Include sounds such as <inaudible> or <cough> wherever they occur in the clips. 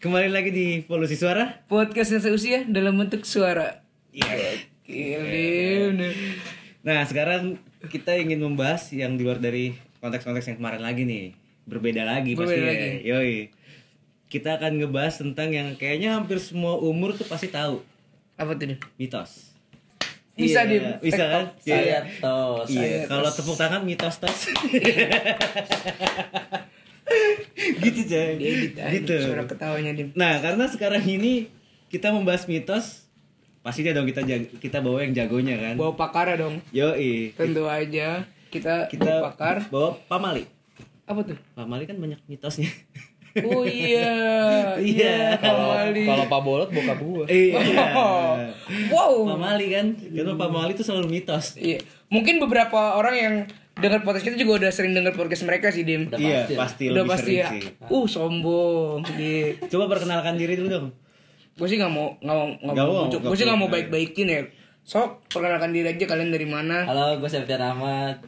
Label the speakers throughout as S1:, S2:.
S1: Kembali lagi di Polusi Suara.
S2: Podcastnya seusia dalam bentuk suara.
S1: Iya.
S2: Gila, bener.
S1: Nah, sekarang kita ingin membahas yang di luar dari konteks-konteks yang kemarin lagi nih. Berbeda lagi
S2: Berbeda
S1: pastinya.
S2: lagi.
S1: Yoi. Kita akan ngebahas tentang yang kayaknya hampir semua umur tuh pasti tahu.
S2: Apa tuh? Din?
S1: Mitos.
S2: Bisa, Din.
S1: Iya, Bisa kan? Iya.
S3: Saya tos.
S1: Iya,
S3: saya
S1: kalau
S3: tos.
S1: tepuk tangan mitos tos. <laughs> gitu, Jay.
S2: Dia edit aja
S1: Gitu.
S2: suara ketawanya Din.
S1: Nah, karena sekarang ini kita membahas mitos, pastinya dong kita jag- kita bawa yang jagonya kan.
S2: Bawa pakar ya dong.
S1: Yoi.
S2: Tentu aja kita,
S1: Kita
S2: bawa pakar.
S1: bawa Pamali.
S2: Apa
S1: <laughs>
S2: tuh?
S1: Pamali kan banyak
S2: <laughs>
S1: mitosnya.
S2: Oh iya.
S1: Iya.
S3: kalau
S2: Kamali.
S3: kalau Pak Bolot buka gua.
S2: <laughs>
S1: Iya.
S2: Iya. Wow.
S1: Pamali kan, karena Pamali itu selalu mitos.
S2: Iya. Mungkin beberapa orang yang dengar podcast kita juga udah sering dengar podcast mereka sih, Dim.
S3: Udah
S1: iya,
S3: pasti lah.
S1: pasti
S2: udah
S1: lebih
S2: pasti
S1: sering
S2: ya.
S1: sih.
S2: Uh, sombong. Gitu.
S1: Coba perkenalkan diri dulu dong.
S2: gue sih nggak mau nggak mau nggak
S1: Nggak
S2: mau
S1: mau,
S2: bujuk.
S1: nggak
S2: gue sih nggak mau
S1: perlu.
S2: baik baikin ya sok perkenalkan diri aja kalian dari mana
S3: Halo, gue Septian Ahmad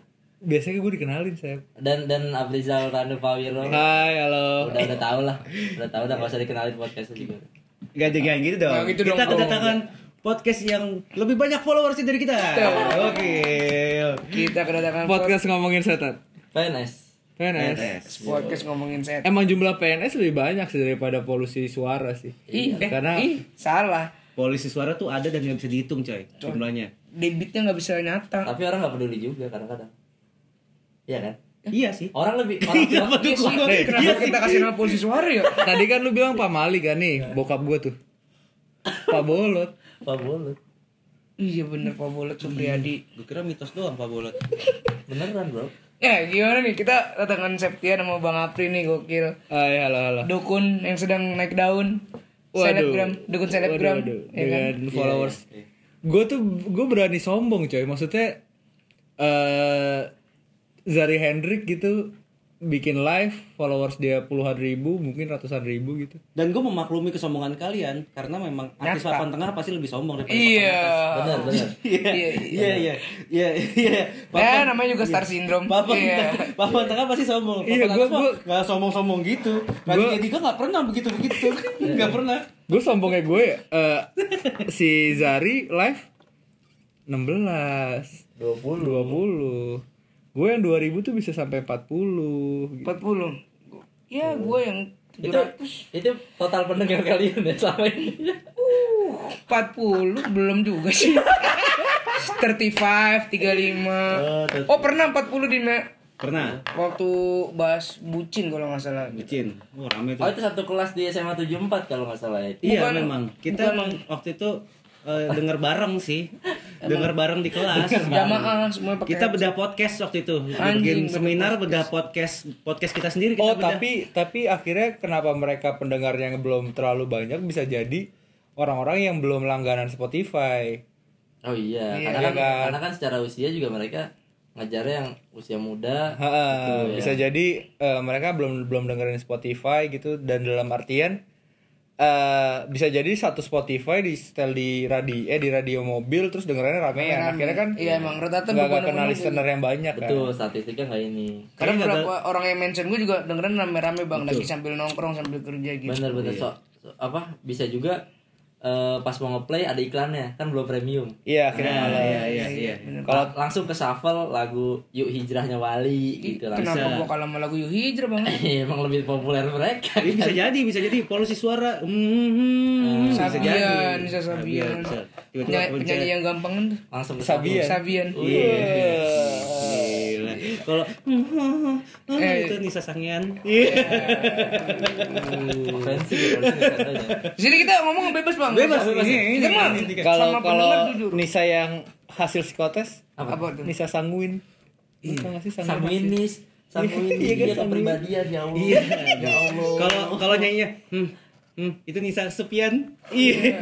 S4: Biasanya gue dikenalin saya.
S3: dan dan Abrizal Ranu Pawiro.
S4: Hai, halo.
S3: Udah udah tau lah, udah tau udah gak usah dikenalin podcastnya juga.
S1: Gak ada yang gitu dong.
S2: Nggak gitu
S1: kita
S2: dong.
S1: kedatangan podcast yang lebih banyak followersnya dari kita. Oke.
S2: kita kedatangan
S4: <laughs> Podcast ngomongin setan.
S3: PNS.
S4: PNS.
S2: pod- podcast ngomongin set
S4: Emang jumlah PNS lebih banyak sih daripada polusi suara sih.
S2: ih eh,
S4: Karena
S2: ih salah
S1: Polisi suara tuh ada dan nggak bisa dihitung coy jumlahnya.
S2: debitnya nggak bisa nyata
S3: Tapi orang gak peduli juga kadang-kadang. Iya kan?
S1: Iya sih.
S3: Orang lebih orang tua
S1: Kenapa
S2: Iya sih,
S1: dukungan?
S2: kenapa
S1: Iya sih.
S2: kita kasih nama polisi suara ya
S4: tadi kan lu bilang Pak Mali kan nih,
S2: Iya.
S4: bokap gue tuh. Pak Bolot.
S3: Pak Bolot.
S2: iya bener pak Bolot Supriyadi
S1: Gue kira mitos doang Pak Bolot.
S3: Beneran, Bro.
S2: ya gimana nih kita kedatangan Septian sama Bang Apri nih gokil
S4: Hai, Ah, iya, halo halo.
S2: dukun yang sedang naik daun selebgram dukun selebgram
S4: Waduh, Iya.
S2: ya kan?
S4: dengan followers. Gue tuh gue berani sombong coy. Maksudnya eh Zari Hendrik gitu bikin live followers dia puluhan ribu mungkin ratusan ribu gitu
S1: Dan gue memaklumi kesombongan kalian karena memang artis
S2: Nyata.
S1: papan tengah pasti lebih sombong daripada
S2: iya
S3: Bener, bener.
S1: Iya,
S2: Iya,
S1: iya, iya, iya, iya.
S2: ya namanya juga star syndrome
S1: Papan,
S2: Iya.
S1: tengah- papan tengah pasti sombong. Papan
S4: Iya,
S1: atas
S4: gua-
S1: mah
S4: gua-
S1: nggak sombong-sombong gitu. Raditya
S4: Gua-
S1: Dika nggak pernah begitu begitu, nggak pernah.
S4: gue sombongnya gue eh, si Zari live 16
S3: 20.
S4: 20 gue yang 2000 tuh bisa sampai 40 gitu.
S2: 40 ya gue yang
S3: Itu itu total pendengar kalian ya selama ini.
S2: 40 belum juga sih <laughs> 35 35 oh pernah 40 di me-
S1: Pernah,
S2: waktu bahas bucin kalau nggak salah
S1: bucin. Wah, rame
S3: Oh,
S1: tuh.
S3: itu satu kelas di SMA 74 kalau nggak salah ya. itu.
S1: Iya,
S2: bukan-
S1: memang. Kita
S2: bukan-
S1: emang waktu itu eh, denger bareng sih, denger bareng di kelas.
S2: jamaah semua pakai
S1: Kita bedah podcast waktu itu.
S2: Anjing,
S1: Bikin
S2: bedah
S1: seminar bedah podcast podcast kita sendiri kita
S4: oh
S1: bedah.
S4: tapi tapi akhirnya kenapa mereka pendengarnya yang belum terlalu banyak bisa jadi orang-orang yang belum langganan Spotify
S3: Oh iya,
S2: Iya,
S3: karena, kan,
S4: kan?
S3: karena kan secara usia juga mereka ngajarnya yang usia muda.
S4: Ha, bisa jadi eh, mereka belum belum dengerin Spotify gitu dan dalam artian eh bisa jadi satu Spotify di setel di radio eh di radio mobil terus dengerannya ramean akhirnya kan
S2: iya emang rata-rata
S4: nggak nggak
S2: bukan
S4: kenal listener yang banyak kan
S3: Betul, statistiknya nggak ini.
S2: karena beberapa orang yang mention gue juga dengerin rame-rame bang lagi sambil nongkrong sambil kerja gitu
S4: Iya.
S3: Bener-bener so, so- apa bisa juga eh, pas mau ngeplay ada iklannya kan belum premium.
S4: iya akhirnya
S1: Nah,
S4: malah
S1: iya, iya, iya.
S3: Kalau langsung ke shuffle lagu Yuk Hijrahnya Wali gitu langsung.
S1: ya.
S3: Iya,
S2: kenapa gue kalah sama lagu Yuh Hijrah bang
S3: <laughs> Emang lebih populer mereka.
S1: Ini bisa jadi, bisa jadi polusi suara. Hmm, <coughs> bisa jadi. Ah, iya,
S2: Sabian bisa Ah, iya, Sabian
S1: bisa. Tiba-tiba Ah,
S2: Penyanyi-
S1: kepencet.
S2: penyanyi yang gampang tuh
S3: Langsung ke Iya.
S4: Sabian.
S2: Sabian
S1: Iya.
S4: Iya.
S1: Gila. Kalau "Hmm, eh, itu Nisa Sangian. Iya.
S3: shuffle. Offensive ya, kalau disini katanya.
S4: <laughs>
S2: Di sini kita ngomong bebas bang.
S1: Bebas,
S2: Kita-
S1: bebas. Iya. Ini,
S2: Kita
S1: ini,
S2: mah
S1: ini, ini.
S4: kalau
S2: sama
S4: kalau
S2: pendengar jujur.
S4: Nisa yang hasil psikotes
S3: Apa?
S2: Apa tuh?
S4: Nisa sanguin
S1: Iya.
S4: Lu tau nggak sih sanguin
S3: Sanguinis, sanguinis,
S4: Iya, kan, Iya.
S3: dia kepribadian ya Allah. Ya Allah.
S1: Kalau kalau nyanyinya hmm, hmm, itu Nisa Sepian. Iya.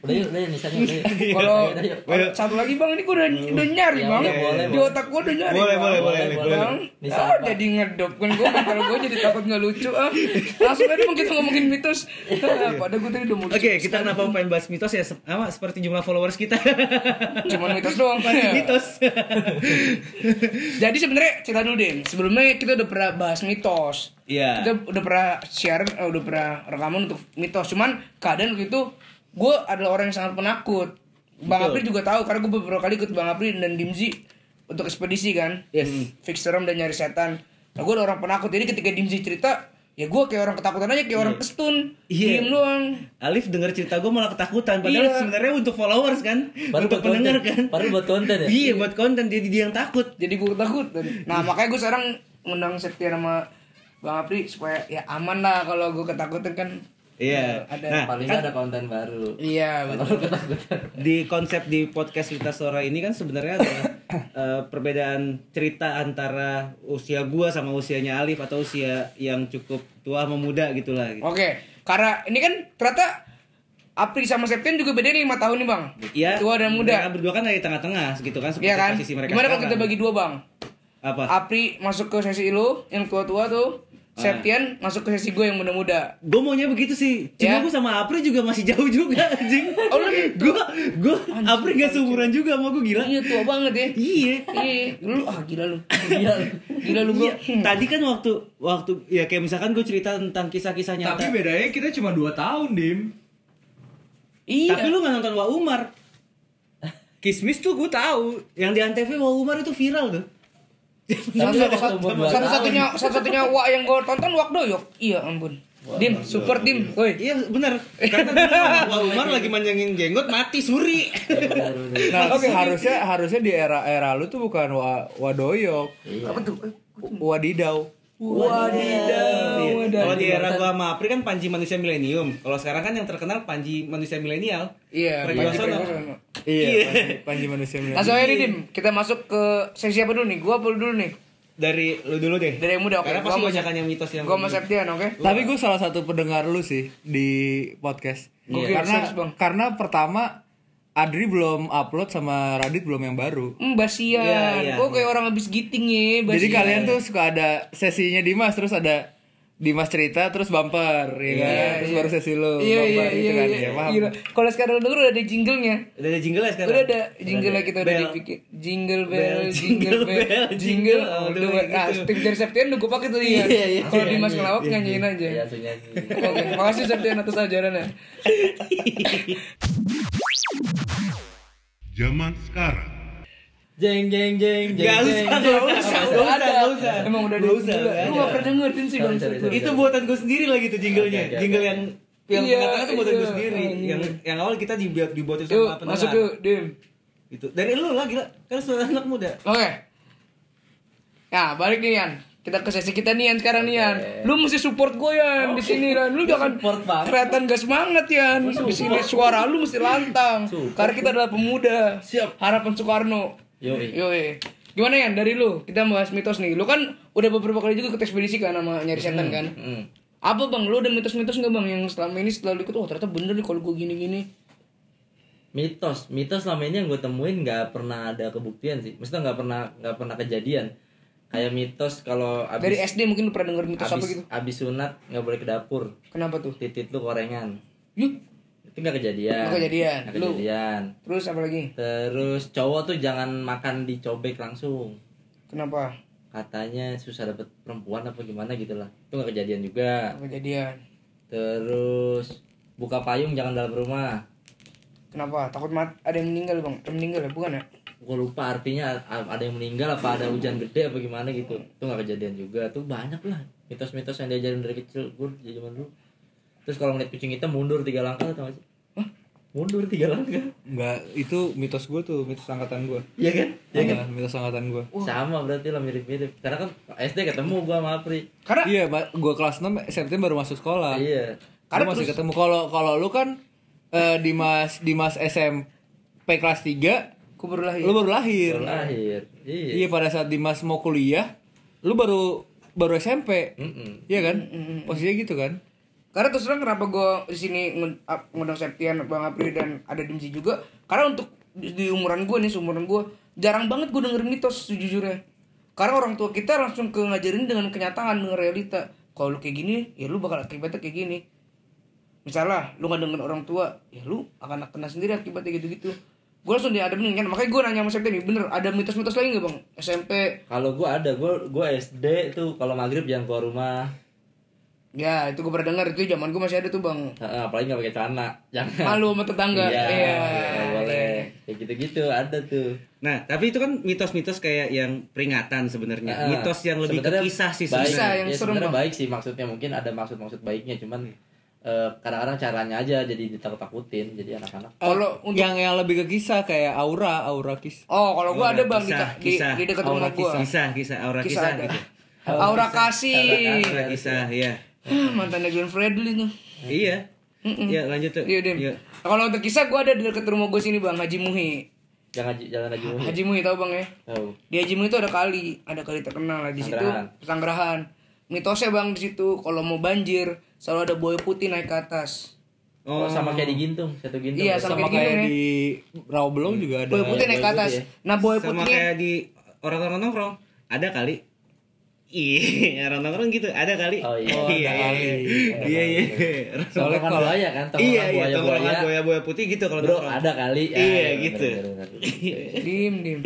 S3: Udah yuk, udah yuk, misalnya udah
S4: <laughs>
S3: yuk.
S4: Iya.
S2: Kalau
S3: Udah yuk.
S2: kalau satu lagi bang ini gue udah, udah nyari
S3: iya, Ya,
S2: bang.
S3: boleh, boleh,
S2: Di
S3: boleh.
S2: otak gue udah nyari.
S1: Boleh,
S2: bang.
S1: boleh, boleh,
S3: boleh, boleh.
S2: Bang,
S3: Ini
S2: ah,
S3: siapa?
S2: jadi ngedop kan gue mental gue jadi takut nggak lucu ah. Langsung aja bang kita ngomongin mitos.
S3: Iya.
S2: Ah, Padahal gue tadi udah mau lucu.
S1: Oke, kita kenapa pengen bahas mitos ya? se- Sama seperti jumlah followers kita.
S2: Cuman mitos doang kan ya.
S1: mitos.
S2: Jadi sebenarnya cerita dulu deh. Sebelumnya kita udah pernah bahas mitos.
S1: Iya.
S2: Kita udah pernah siaran, eh, udah pernah rekaman untuk mitos. Cuman keadaan waktu itu gue adalah orang yang sangat penakut. Bang Apri juga tahu karena gue beberapa kali ikut Bang Apri dan Dimzi untuk ekspedisi kan. Yes.
S1: Hmm.
S2: Fix serem dan nyari setan. Nah gue orang penakut. Jadi ketika Dimzi cerita, ya gue kayak orang ketakutan aja, kayak orang kestun.
S1: Iya.
S2: Diem doang.
S1: Alif denger cerita gue malah ketakutan padahal
S2: Iya.
S1: sebenarnya untuk followers kan, untuk
S3: Padahal buat konten.
S1: pendengar kan.
S3: Padahal buat konten ya?
S1: Iya, buat konten jadi dia yang takut.
S2: Jadi gue ketakutan. Nah makanya gue sekarang ngundang Septian sama Bang Apri supaya ya aman lah kalau gue ketakutan kan.
S1: Iya.
S2: Ada
S1: Nah,
S3: Paling
S1: kan
S3: nggak ada konten baru.
S2: Iya betul.
S1: <laughs> di konsep di podcast kita Sora ini kan sebenarnya
S2: <coughs>
S1: adalah eh, perbedaan cerita antara usia gua sama usianya Alif atau usia yang cukup tua sama muda gitulah gitu.
S2: Oke, karena ini kan ternyata April sama Septian juga bedanya lima tahun nih bang.
S1: Iya.
S2: Tua dan
S1: Mereka
S2: muda.
S1: berdua kan dari tengah-tengah gitu kan seperti
S2: Iya kan?
S1: posisi mereka.
S2: Gimana kalau kita
S1: sekarang.
S2: bagi dua bang?
S1: apa? Ah.
S2: Apri masuk ke sesi lu yang tua-tua tuh. Septian masuk ke sesi gue yang muda-muda.
S1: Gue maunya begitu sih. Cuma
S2: Ya.
S1: gue sama Apri juga masih jauh
S2: <laughs>
S1: juga anjing.
S2: Oh, lu
S1: gue gue Apri gak seumuran juga sama gue gila.
S2: Iya tua banget ya.
S1: Iya.
S2: Iya, lu ah gila lu. Gila lu. Gila lu bro. Hmm.
S1: Tadi kan waktu waktu ya kayak misalkan gue cerita tentang kisah-kisah nyata.
S5: Tapi bedanya kita cuma 2 tahun, Dim.
S2: Iya.
S1: Tapi lu gak nonton Wa Umar.
S4: Kismis tuh gue tahu.
S1: Yang di Antv Wa Umar itu viral tuh.
S3: Tapi
S2: Satu-
S3: ada
S2: satu-
S3: ketemu dua
S2: Satu-satunya satu-satunya wak yang gue tonton wak doyok. Iya ampun. Dim, super dim. Woi.
S1: Iya benar. Karena dulu
S2: <laughs>
S1: Wa Umar lagi manjangin jenggot mati suri.
S3: Benar, benar.
S4: Nah, harusnya harusnya di era era lu tuh bukan wa, wadoyok,
S2: Apa tuh?
S4: wadidau.
S1: Iya.
S2: Wadidaw.
S1: Kalau di era gua sama Apri kan Panji manusia milenium. Kalau sekarang kan yang terkenal Panji manusia milenial.
S2: Iya,
S1: Pergi
S2: Panji
S1: Wasono.
S2: Pragiwaksono.
S4: Iya,
S1: Iya.
S4: Panji, Panji manusia milenial.
S2: Langsung aja nih Dim, kita masuk ke sesi apa dulu nih? Gua apa dulu nih?
S1: Dari lu dulu deh.
S2: Dari yang muda, oke.
S1: Karena
S2: Gua
S1: pasti
S2: sama-
S1: banyak yang mitos yang
S2: Gua sama Septian, oke?
S4: Tapi gue salah satu pendengar lu sih di podcast. Iya.
S2: Gokil,
S4: Karena
S2: serius, Bang.
S4: karena pertama Adri belum upload sama Radit belum yang baru.
S2: Hmm, basian.
S1: Iya, iya,
S2: Gua kayak orang habis giting ya, basian.
S4: Jadi kalian tuh suka ada sesinya Dimas terus ada Dimas cerita terus bumper, ya kan? terus baru sesi lu
S2: Iya, iya,
S4: bumper
S2: iya.
S4: gitu kan
S2: iya.
S4: ya, paham?
S2: Gila. Kalau sekarang denger udah ada jinglenya.
S1: Udah ada jingle ya sekarang?
S2: Udah ada jingle kita udah
S1: Bell.
S2: dipikir. Jingle
S1: Bell,
S2: bell, jingle
S1: jingle
S2: bell,
S1: bell,
S2: jingle
S1: jingle all
S2: all
S1: the
S2: the
S1: way
S2: way. Nah,
S1: gitu.
S2: tim dari Septian udah gua pakai tuh iya. Kalau Dimas ngelawak nyanyiin aja.
S3: Iya, langsung nyanyi.
S2: Oke, makasih Septian atas ajarannya.
S6: Zaman sekarang,
S3: Jeng jeng jeng jeng.
S1: Gak
S3: jeng.
S1: usah, gak usah, gak usah, gak usah.
S2: Emang udah ada
S1: Gak usah,
S2: jingle.
S1: gak
S2: Lu
S1: ada.
S2: gak pernah dengerin sih
S3: Sorry,
S2: bang.
S3: sorry, sorry.
S1: Itu buatan gue sendiri lagi tuh jinglenya.
S3: Oke, oke,
S1: Jingle
S3: oke.
S1: yang yang
S2: Iya,
S1: pertama itu buatan gue
S2: iya,
S1: sendiri.
S2: anjing.
S1: Yang yang awal kita dibuat dibuatin
S2: Yuk,
S1: sama pendengar.
S2: masuk yuk, Dim.
S1: Itu dari lu lah gila. Kan lu anak muda.
S2: Oke. Nah, balik nih Yan. Kita ke sesi kita nih Yan sekarang nih Yan. Lu mesti support gue Yan di sini Yan. Lu jangan
S3: Oh. support banget.
S2: kelihatan gak semangat Yan. Di sini suara lu mesti lantang. Karena kita adalah pemuda. Siap. Harapan Soekarno.
S3: Yoi.
S2: Yoi. Gimana Yan dari lu? Kita bahas mitos nih. Lu kan udah beberapa kali juga ikut ekspedisi kan sama nyari setan kan?
S3: Hmm.
S2: Apa bang, lu ada mitos-mitos nggak bang yang selama ini setelah lu ikut, oh ternyata bener nih kalau gue gini-gini.
S3: mitos mitos selama ini yang gue temuin nggak pernah ada kebuktian sih maksudnya nggak pernah nggak pernah kejadian kayak mitos kalau
S2: Dari
S3: abis
S2: SD mungkin lu pernah denger mitos apa
S3: abis,
S2: gitu.
S3: abis sunat nggak boleh ke dapur
S2: Kenapa tuh?
S3: titit lu korengan
S2: Yuk.
S3: itu nggak kejadian
S2: Nggak kejadian.
S3: nggak
S2: Lu.
S3: kejadian
S2: Terus apa lagi?
S3: terus cowok tuh jangan makan dicobek langsung
S2: Kenapa?
S3: katanya susah dapet perempuan apa gimana gitu lah itu nggak kejadian juga
S2: Apa kejadian?
S3: terus buka payung jangan dalam rumah
S2: Kenapa? Takut mat ada yang meninggal bang? Ada yang meninggal ya? Bukan ya?
S3: gue lupa artinya a- ada yang meninggal apa ada hujan gede apa gimana gitu itu nggak kejadian juga tuh banyak lah mitos-mitos yang diajarin dari kecil gue dari zaman dulu terus kalau ngeliat kucing hitam mundur tiga langkah tau gak sih Hah? mundur tiga langkah
S4: Enggak, itu mitos gue tuh, mitos angkatan gue.
S3: <laughs> iya kan
S4: Iya mitos angkatan gue.
S3: sama berarti lah mirip-mirip karena kan SD ketemu gue sama Apri
S2: Karena
S4: Iya, gue kelas 6 September baru masuk sekolah.
S3: iya
S4: Karena masih ketemu kalau kalau lu kan eh, Dimas Dimas SMP kelas 3,
S2: gue baru lahir.
S4: lu baru lahir.
S3: Oh, iya. baru lahir iya
S4: Iya, pada saat Dimas mau kuliah, lu baru baru SMP.
S3: Mm-mm.
S4: Iya kan? Posisinya gitu kan?
S2: Karena terus terang kenapa gue di sini ngund- ap- ngundang Septian, Bang Apri dan ada Dimsi juga. Karena untuk di, di umuran gue nih, seumuran gue jarang banget gue dengerin mitos sejujurnya. Karena orang tua kita langsung ke ngajarin dengan kenyataan, dengan realita. Kalau lu kayak gini, ya lu bakal akibatnya kayak gini. Misalnya, lu gak dengerin orang tua, ya lu akan kena sendiri akibatnya gitu-gitu. Gue langsung diadepin kan, makanya gue nanya sama Septian, "Ya bener ada mitos-mitos lagi gak bang? SMP,
S3: kalau gue ada gue gue SD tuh kalau maghrib jangan keluar rumah
S2: Ya, itu gue pernah dengar itu zaman gue masih ada tuh, Bang.
S3: Heeh, apalagi nggak pakai celana jangan
S2: Malu sama tetangga.
S3: iya
S2: Iya.
S3: nggak boleh kayak gitu-gitu ada tuh
S1: Nah, tapi itu kan mitos-mitos kayak yang peringatan sebenarnya.
S3: Heeh.
S1: Nah, Mitos yang lebih
S3: Ah, Sebenarnya
S1: ke kisah sih
S3: baik.
S2: Kisah
S1: sebenarnya.
S2: yang
S3: Ya,
S2: serem,
S3: sebenarnya
S2: Bang.
S3: baik sih maksudnya mungkin ada maksud-maksud baiknya cuman eh, kadang-kadang caranya aja jadi ditakut-takutin jadi anak-anak
S2: Kalau untuk
S4: yang yang lebih ke kisah kayak aura aura kisah
S2: Oh, kalau gue ada, Bang, di-
S1: Kisah,
S2: di,
S1: kisah.
S2: di dekat rumah
S4: Aura
S2: gue.
S1: Kisah, kisah, aura
S2: Kisah
S1: kisah,
S2: ada.
S1: gitu.
S2: <laughs> Aura kasih.
S3: Iya.
S1: Aura kisah, ya.
S2: Hah, <laughs> Mantannya Glenn Fredly tuh.
S1: Iya. Iya, lanjut tuh.
S2: Iya, Dim.
S1: Iya.
S2: Kalau untuk kisah gue ada di dekat rumah gue sini, Bang, Haji Muhi.
S3: jangan jalan lagi
S1: Iya.
S3: mulu
S2: Haji Muhi tau, Bang ya?
S3: tahu
S2: Di Haji Muhi itu ada kali, ada kali terkenal lah di situ
S3: Pesanggerahan.
S2: pesanggrahan. Mitosnya Bang di situ kalau mau banjir selalu ada boy putih naik ke atas.
S1: Oh,
S3: Oh, sama kayak di Gintung, satu Gintung.
S2: Iya,
S3: Sama-
S2: sama kayak
S4: sama
S2: gini,
S4: kayak
S2: ya.
S4: di Rawabelong
S3: Mm.
S4: juga ada
S2: Boy putih naik ke
S3: boy
S2: atas.
S3: putih
S2: Nah, boy
S1: ya. sama
S2: putihnya
S1: kayak di orang-orang nongkrong. Ada kali. Iya, <laughs> orang nongkrong gitu. Ada kali.
S3: Oh, iya.
S1: Oh, iya,
S4: ada
S1: iya.
S4: kali.
S1: Iya, iya.
S4: Tongkrongan
S3: Soalnya kalau buaya kan, tongkrongan
S1: Iya, iya.
S3: buaya
S1: Tongkrongan
S3: buaya.
S1: buaya-buaya putih gitu kalau
S3: Bro,
S1: nongkrong.
S3: ada kali. Ya,
S1: Iya,
S3: bener,
S1: gitu.
S3: bener, bener.
S2: dim
S1: <laughs>
S2: dim.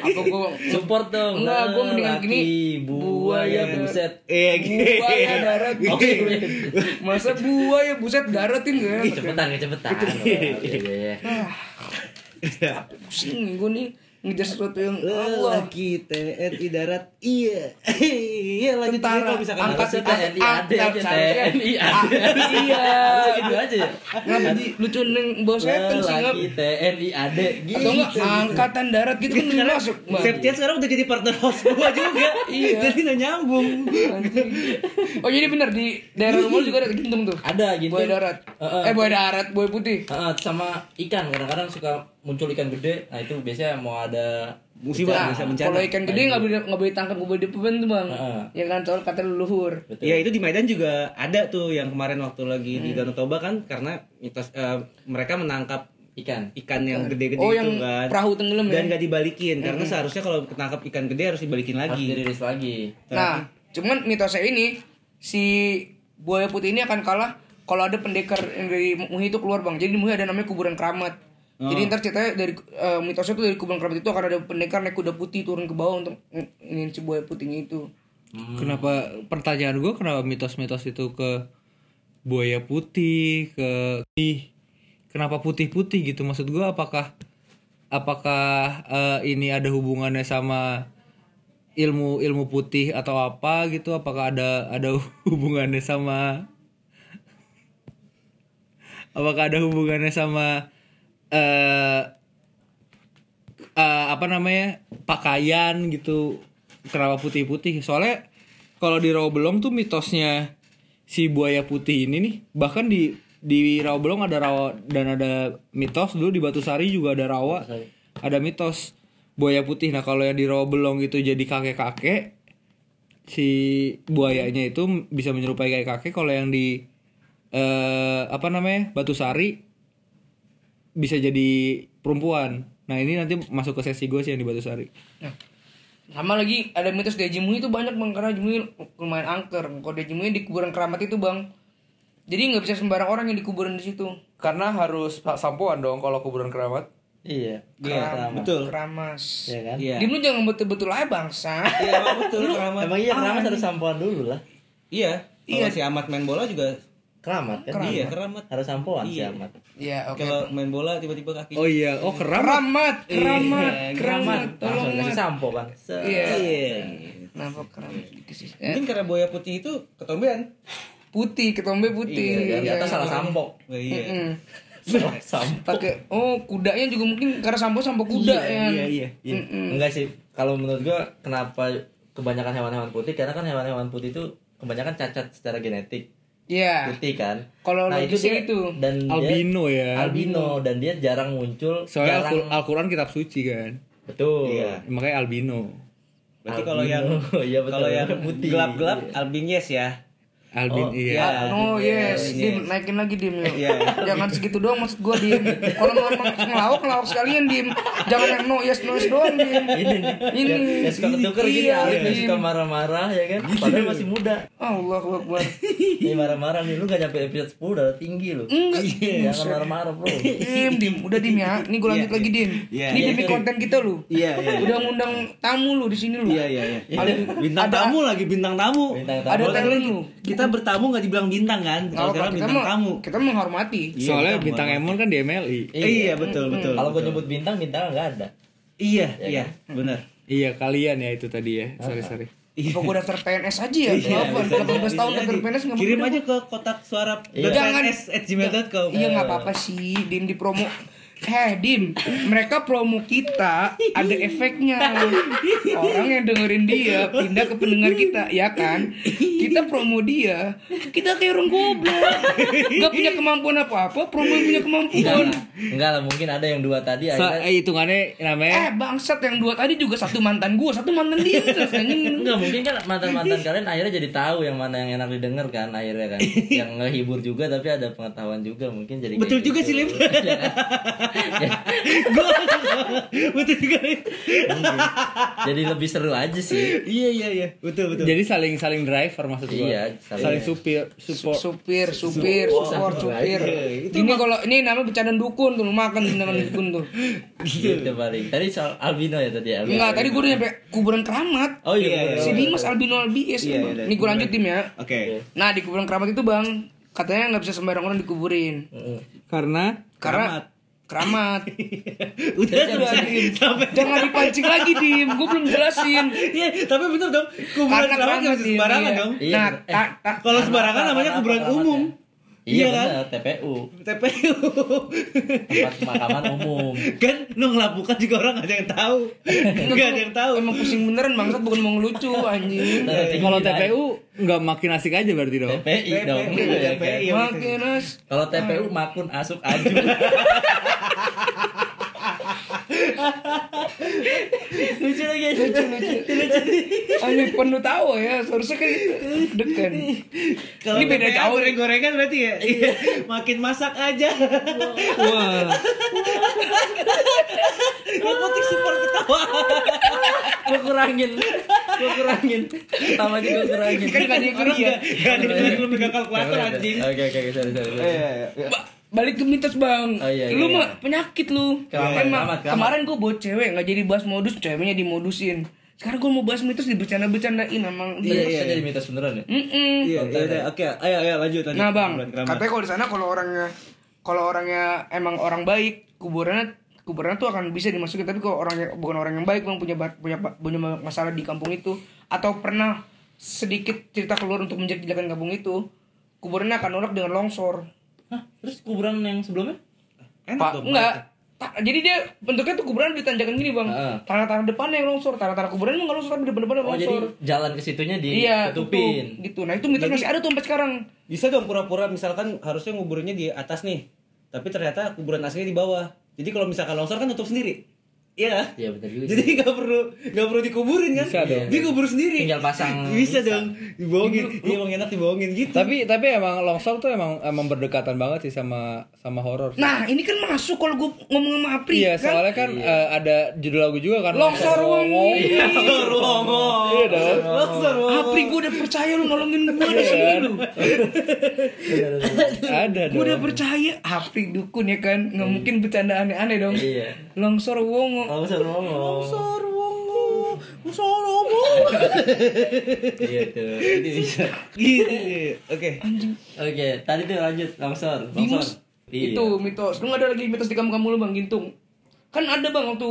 S2: Apa gua
S3: Support dong. Eh,
S2: Enggak, gua mendingan
S3: laki,
S2: gini.
S3: Buaya buset.
S1: Iya, gitu.
S2: buaya
S1: <laughs>
S2: darat.
S3: Oke.
S2: Masa buaya buset daratin gak enak ya?
S3: Cepetan, cepetan. Oke, iya, iya.
S2: Iya. Pusing gua nih ngejar sesuatu yang Allah.
S1: Lelaki TNI darat iya <laughs> iya lanjut
S2: Tentara,
S1: kalau bisa
S2: angkat
S1: angkat
S3: Harusnya
S2: kita-
S3: TNI ada
S2: angkat
S3: aja,
S2: seharusnya.
S3: TNI ada.
S2: Iya.
S3: Harusnya gitu aja ya. Iya,
S2: Ngapa di lucu neng bos setan sih ngap?
S3: Lelaki TNI ada.
S2: Atau enggak
S3: ah.
S2: angkatan darat gitu kan nggak masuk. Bang.
S1: Septian sekarang udah jadi partner host gua <laughs> juga
S2: Iya.
S1: jadi nggak nyambung
S2: Oh jadi bener di daerah rumah lu juga ada gintung tuh.
S3: Ada gitu.
S2: Buaya darat.
S3: Heeh.
S2: Eh buaya darat, buaya putih.
S3: Heeh, Ah, sama ikan kadang-kadang suka muncul ikan gede. Nah, itu biasanya mau ada
S1: Musibah,
S3: bencana.
S1: bisa bencana.
S2: Kalau ikan gede nggak boleh nggak boleh tangkap, nggak boleh dipepen tuh bang.
S3: Heeh.
S2: Ya kan soal kata leluhur.
S3: Betul.
S1: ya itu di Medan juga ada tuh yang kemarin waktu lagi di
S3: Hmm.
S1: Danau Toba kan karena mitos eh, mereka menangkap
S3: Ikan.
S1: ikan yang gede-gede
S2: Oh
S1: itu
S2: yang
S1: kan
S2: perahu tenggelam
S1: dan
S2: ya.
S1: nggak dibalikin karena seharusnya kalau ketangkap ikan gede harus dibalikin
S3: Harus
S1: lagi
S3: dirilis lagi.
S2: Nah cuman mitosnya ini si buaya putih ini akan kalah kalau ada pendekar yang dari Muhi itu keluar bang. Jadi di Muhi ada namanya kuburan keramat.
S1: Oh.
S2: Jadi ntar ceritanya dari eh, mitosnya tuh dari kuburan keramat itu akan ada pendekar naik kuda putih turun ke bawah untuk ingin si buaya putihnya itu.
S4: kenapa pertanyaan gue kenapa mitos-mitos itu ke buaya putih ke ih, kenapa putih-putih gitu maksud gue apakah apakah eh, ini ada hubungannya sama ilmu ilmu putih atau apa gitu apakah ada ada <laughs> hubungannya sama apakah ada hubungannya sama eh eh, apa namanya pakaian gitu kenapa putih-putih soalnya kalau di Rawabelong tuh mitosnya si buaya putih ini nih bahkan di di Rawabelong ada rawa dan ada mitos dulu di Batusari juga ada rawa ada mitos buaya putih nah kalau yang di Rawabelong itu jadi kakek-kakek si buayanya itu bisa menyerupai kayak kakek kalau yang di eh apa namanya Batusari bisa jadi perempuan. Nah ini nanti masuk ke sesi gue sih yang di Batusari.
S2: sama lagi ada mitos di Haji Muhi itu banyak bang karena Haji Muhi lumayan angker kalau di Haji Muhi di kuburan keramat itu bang jadi nggak bisa sembarang orang yang dikuburan di situ
S4: Karena harus sampoan dong kalau kuburan keramat.
S3: Iya.
S1: Iya, betul
S2: keramas
S3: Iya kan?
S1: iya
S2: Dim lu jangan betul-betul aja bangsa
S1: <laughs> Iya, emang betul keramat
S3: Emang iya keramat harus sampoan dulu lah.
S1: iya iya si Ahmad main bola juga
S3: Keramat kan?
S1: iya keramat
S3: Harus sampoan si
S1: Iya.
S3: amat.
S2: ya oke
S1: kalau main bola tiba-tiba kaki
S4: Oh iya, oh keramat.
S2: keramat keramat keramat
S3: Iya, Langsung kasih sampo kan.
S1: Iya,
S2: iya
S1: Iya.
S2: kenapa keramat dikit sih? Eh,
S1: Mungkin karena buaya putih itu ketombean.
S2: putih ketombe putih
S3: Iya, Di atas salah sampo.
S1: Wah, iya.
S2: Mm.
S3: Salah sampo.
S2: pakai oh kudanya juga mungkin karena sampo sampo kuda ya
S1: Iya, iya.
S3: Iya. Enggak sih. Kalau menurut gua kenapa kebanyakan hewan-hewan putih karena kan hewan-hewan putih itu kebanyakan cacat secara genetik.
S2: Iya.
S3: Putih kan.
S2: Kalau gitu. logisnya
S3: dia-
S2: itu.
S3: dan dia-
S4: Albino ya.
S3: Albino dan dia jarang muncul
S4: Soalnya
S3: jarang
S4: Al- Al-Quran kitab suci kan.
S3: betul
S2: Iya.
S3: Iya.
S4: Makanya albino.
S1: Berarti kalau yang <laughs> Oh,
S3: Albino. Iya, betul.
S1: kalau yang
S3: Putih.
S1: Iya. gelap-gelap albin yes ya.
S4: Albin iya.
S2: Oh yes, Dim, naikin lagi Dim yuk. <laughs> Jangan segitu doang maksud gue Dim. Kalau mau ngomong ngelawak, ngelawak sekalian Dim. Jangan yang no yes, no yes doang Dim.
S3: <laughs> ini nih,
S2: Ini.
S3: yang, yang suka ketuker gini
S2: Iya,
S3: Alif yang
S2: Dim.
S3: suka marah-marah ya kan
S4: Iya.
S3: padahal masih muda
S2: Allah Akbar.
S3: ini marah-marah nih lu gak nyampe episode 10 udah tinggi lu
S2: Enggak.
S3: iya jangan marah-marah bro
S1: <laughs>
S2: Dim, Dim, udah Dim ya. Ini gue lanjut lagi Dim.
S1: Iya.
S2: Ini
S1: Iya,
S2: demi konten kita lu.
S1: Iya, iya.
S2: Udah ngundang tamu lu di sini lu.
S1: Iya iya iya.
S2: Ada-
S1: Bintang
S2: ada-
S1: tamu lagi bintang tamu.
S3: Bintang tamu.
S2: Ada
S1: Kalau
S2: talent
S1: kita-
S2: lu.
S1: Kita bertamu nggak dibilang bintang kan? Kalau
S2: Kalau
S1: sekarang
S2: kita
S1: bintang
S2: mah
S1: tamu.
S2: kita menghormati.
S1: Iya,
S4: Soalnya
S1: bintang
S4: bintang
S1: banget.
S4: Emon kan di MLI.
S1: Iya, betul betul.
S3: kalau gue
S1: betul.
S3: nyebut bintang bintang gak ada
S1: Iya iya benar.
S4: Iya kalian ya itu tadi ya. Sorry sorry.
S1: Iya.
S2: Apa gue daftar PNS aja ya? Kenapa? 18 tahun daftar PNS nggak
S1: Kirim
S2: mau
S1: aja ke kotak suara
S2: Jangan.
S1: pns@gmail.com.
S2: Iya nggak apa-apa sih, Dim di promo. Heh Dim, mereka promo kita ada efeknya. Orang yang dengerin dia pindah ke pendengar kita, ya kan? Kita promo dia, kita kayak orang goblok. Gak punya kemampuan apa-apa, promo yang punya
S3: enggak
S2: kemampuan.
S3: lah enggak lah mungkin ada yang dua tadi
S4: So,
S3: akhirnya
S4: eh, hitungannya namanya
S2: Eh bangsat yang dua tadi juga satu mantan gua, satu mantan dia. terus anjing.
S3: Enggak mungkin kan mantan-mantan kalian akhirnya jadi tahu yang mana yang enak didengar kan akhirnya
S1: <laughs>
S3: kan yang ngehibur juga tapi ada pengetahuan juga mungkin jadi kayak
S1: Betul juga
S3: gitu.
S1: sih, Lim.
S3: Ya
S2: Iya.
S3: kan? Ya,
S1: <laughs> Gua betul juga.
S3: mungkin. jadi lebih seru aja sih.
S1: Iya iya iya betul betul.
S4: jadi saling saling driver maksud gua.
S3: Iya, saling-
S4: saling supir support.
S2: Supir, supir, support, supir. Ini kalau ini nama bercandaan dukun tuh, lu makan dengan dukun tuh.
S3: Gitu paling. Tadi soal albino ya tadi albino.
S2: Enggak, tadi gue udah nyampe kuburan keramat.
S3: Oh
S1: Iya,
S3: iya.
S1: iya,
S2: Si
S3: iya.
S2: Dimas Albino Albies.
S1: Iya,
S2: Bang.
S1: iya,
S2: Ini gue lanjut tim ya.
S1: Oke.
S2: Nah di kuburan keramat itu bang, katanya nggak bisa sembarang orang dikuburin.
S4: Karena
S2: Karena keramat.
S1: <laughs> Udah
S2: Udah, Dim.
S1: sampai
S2: Jangan dipancing lagi dim, gue belum jelasin.
S1: Iya, tapi bener dong. Kuburan
S2: Karena
S1: keramat nggak
S2: keramat
S1: bisa
S2: Dim,
S1: sembarangan
S2: iya.
S1: dong.
S3: Iya,
S2: Nah,
S3: bener. Eh,
S2: tak tak.
S1: Kalau sembarangan
S3: Karena
S1: namanya
S3: apa
S1: kuburan
S3: keramat
S1: umum.
S3: ya? Iya
S1: Iya kan?
S3: benar, TPU.
S1: TPU.
S3: Tempat pemakaman umum.
S1: <laughs> kan lu ngelapukan juga orang gak ada yang tahu.
S2: Iya.
S1: Gak ada yang tahu.
S2: Emang pusing beneran bangsat bukan mau ngelucu anjing.
S1: iya.
S4: kalau TPU nggak makin asik aja berarti dong.
S3: TPI dong.
S1: TPU,
S3: ya kan?
S1: TPI.
S2: Makin as.
S3: Kalau TPU makun asuk
S1: <laughs>
S3: aju. Lucu lagi.
S2: Lucu lucu. Anjing penuh tawa ya, seharusnya kan gitu. Dekan. Ini beda
S1: TPA
S2: jauh nih.
S1: goreng-gorengan berarti ya. Iya. Makin masak aja.
S4: Wah.
S1: Robotik support ketawa.
S3: Gue kurangin. Gue kurangin. Pertama aja gue kurangin.
S2: Kan gak ada yang
S1: Orang
S2: kerja.
S1: nggak- nggak ada yang belum pegang kalkulator anjing. iya.
S3: Ya Oke oke oke, sorry sorry. sorry.
S2: Ba- balik ke mitos bang
S3: Oh, iya, iya,
S2: lu
S3: iya.
S2: mah penyakit lu Emang,
S3: Kelamaan, kelamaan, kelamaan.
S2: kemarin gua buat cewek nggak jadi bahas modus ceweknya dimodusin sekarang gua mau bahas mitos dibercanda-bercandain emang
S3: Iya iya jadi mitos beneran ya.
S2: Mm-mm.
S1: Iya, iya, iya. oke. Ayo ayo lanjut lanjut.
S2: nah bang
S1: Kuburan keramat.
S2: katanya kalau di sana kalau orangnya kalau orangnya emang orang baik kuburannya kuburannya tuh akan bisa dimasukin tapi kalau orangnya bukan orang yang baik bang punya ba- punya ba- punya masalah di kampung itu atau pernah sedikit cerita keluar untuk menjadikan kampung itu kuburannya akan nolak dengan longsor
S3: Hah, terus kuburan yang sebelumnya?
S1: Enak
S2: Pak,
S1: dong.
S2: enggak. Ta- jadi dia bentuknya tuh kuburan ditanjakan gini, Bang. Tanah-tanah depannya yang longsor, tanah-tanah kuburan emang nggak longsor tapi depan-depannya
S3: Oh
S2: longsor.
S3: jadi jalan ke situnya
S2: iya, tutup,
S3: ditutupin.
S2: gitu. Nah, itu mitos masih ada tuh sampai sekarang.
S1: Bisa dong pura-pura misalkan harusnya nguburnya di atas nih. Tapi ternyata kuburan aslinya di bawah. Jadi kalau misalkan longsor kan tutup sendiri. Iya. kan?
S3: Iya benar juga.
S1: Jadi nggak perlu nggak perlu dikuburin kan?
S4: Bisa dong.
S1: Dia kubur sendiri.
S3: Tinggal pasang-
S1: Bisa, dong. Dibohongin. Iya emang enak dibohongin gitu.
S4: tapi tapi emang longsor tuh emang emang berdekatan banget sih sama sama horor.
S2: Nah, ini kan masuk kalau gue ngomong sama Apri.
S4: Iya,
S2: kan?
S4: soalnya kan eh, ada judul lagu juga kan
S2: Longsor Wengi.
S1: Longsor wongo.
S4: Iya dong.
S1: Longsor wongo.
S2: Apri gue udah percaya lu nolongin
S3: Iya,
S2: gue di sini lu.
S4: Ada
S2: Gue udah
S4: dong.
S2: percaya Apri dukun ya kan. Nggak mungkin bercanda aneh-aneh dong.
S3: Hmm. Iya. Oh,
S2: Longsor wongo.
S3: Kalau seru ngomong.
S1: Longsor wongo. Longsor wongo.
S3: Iya tuh. Itu bisa.
S1: Gitu. Oke.
S3: Oke, tadi tuh lanjut longsor. Longsor.
S2: Dimas
S3: Iya.
S2: itu mitos. Lu nggak ada lagi mitos di kamu-kamu lu Bang Gintung. Kan ada Bang waktu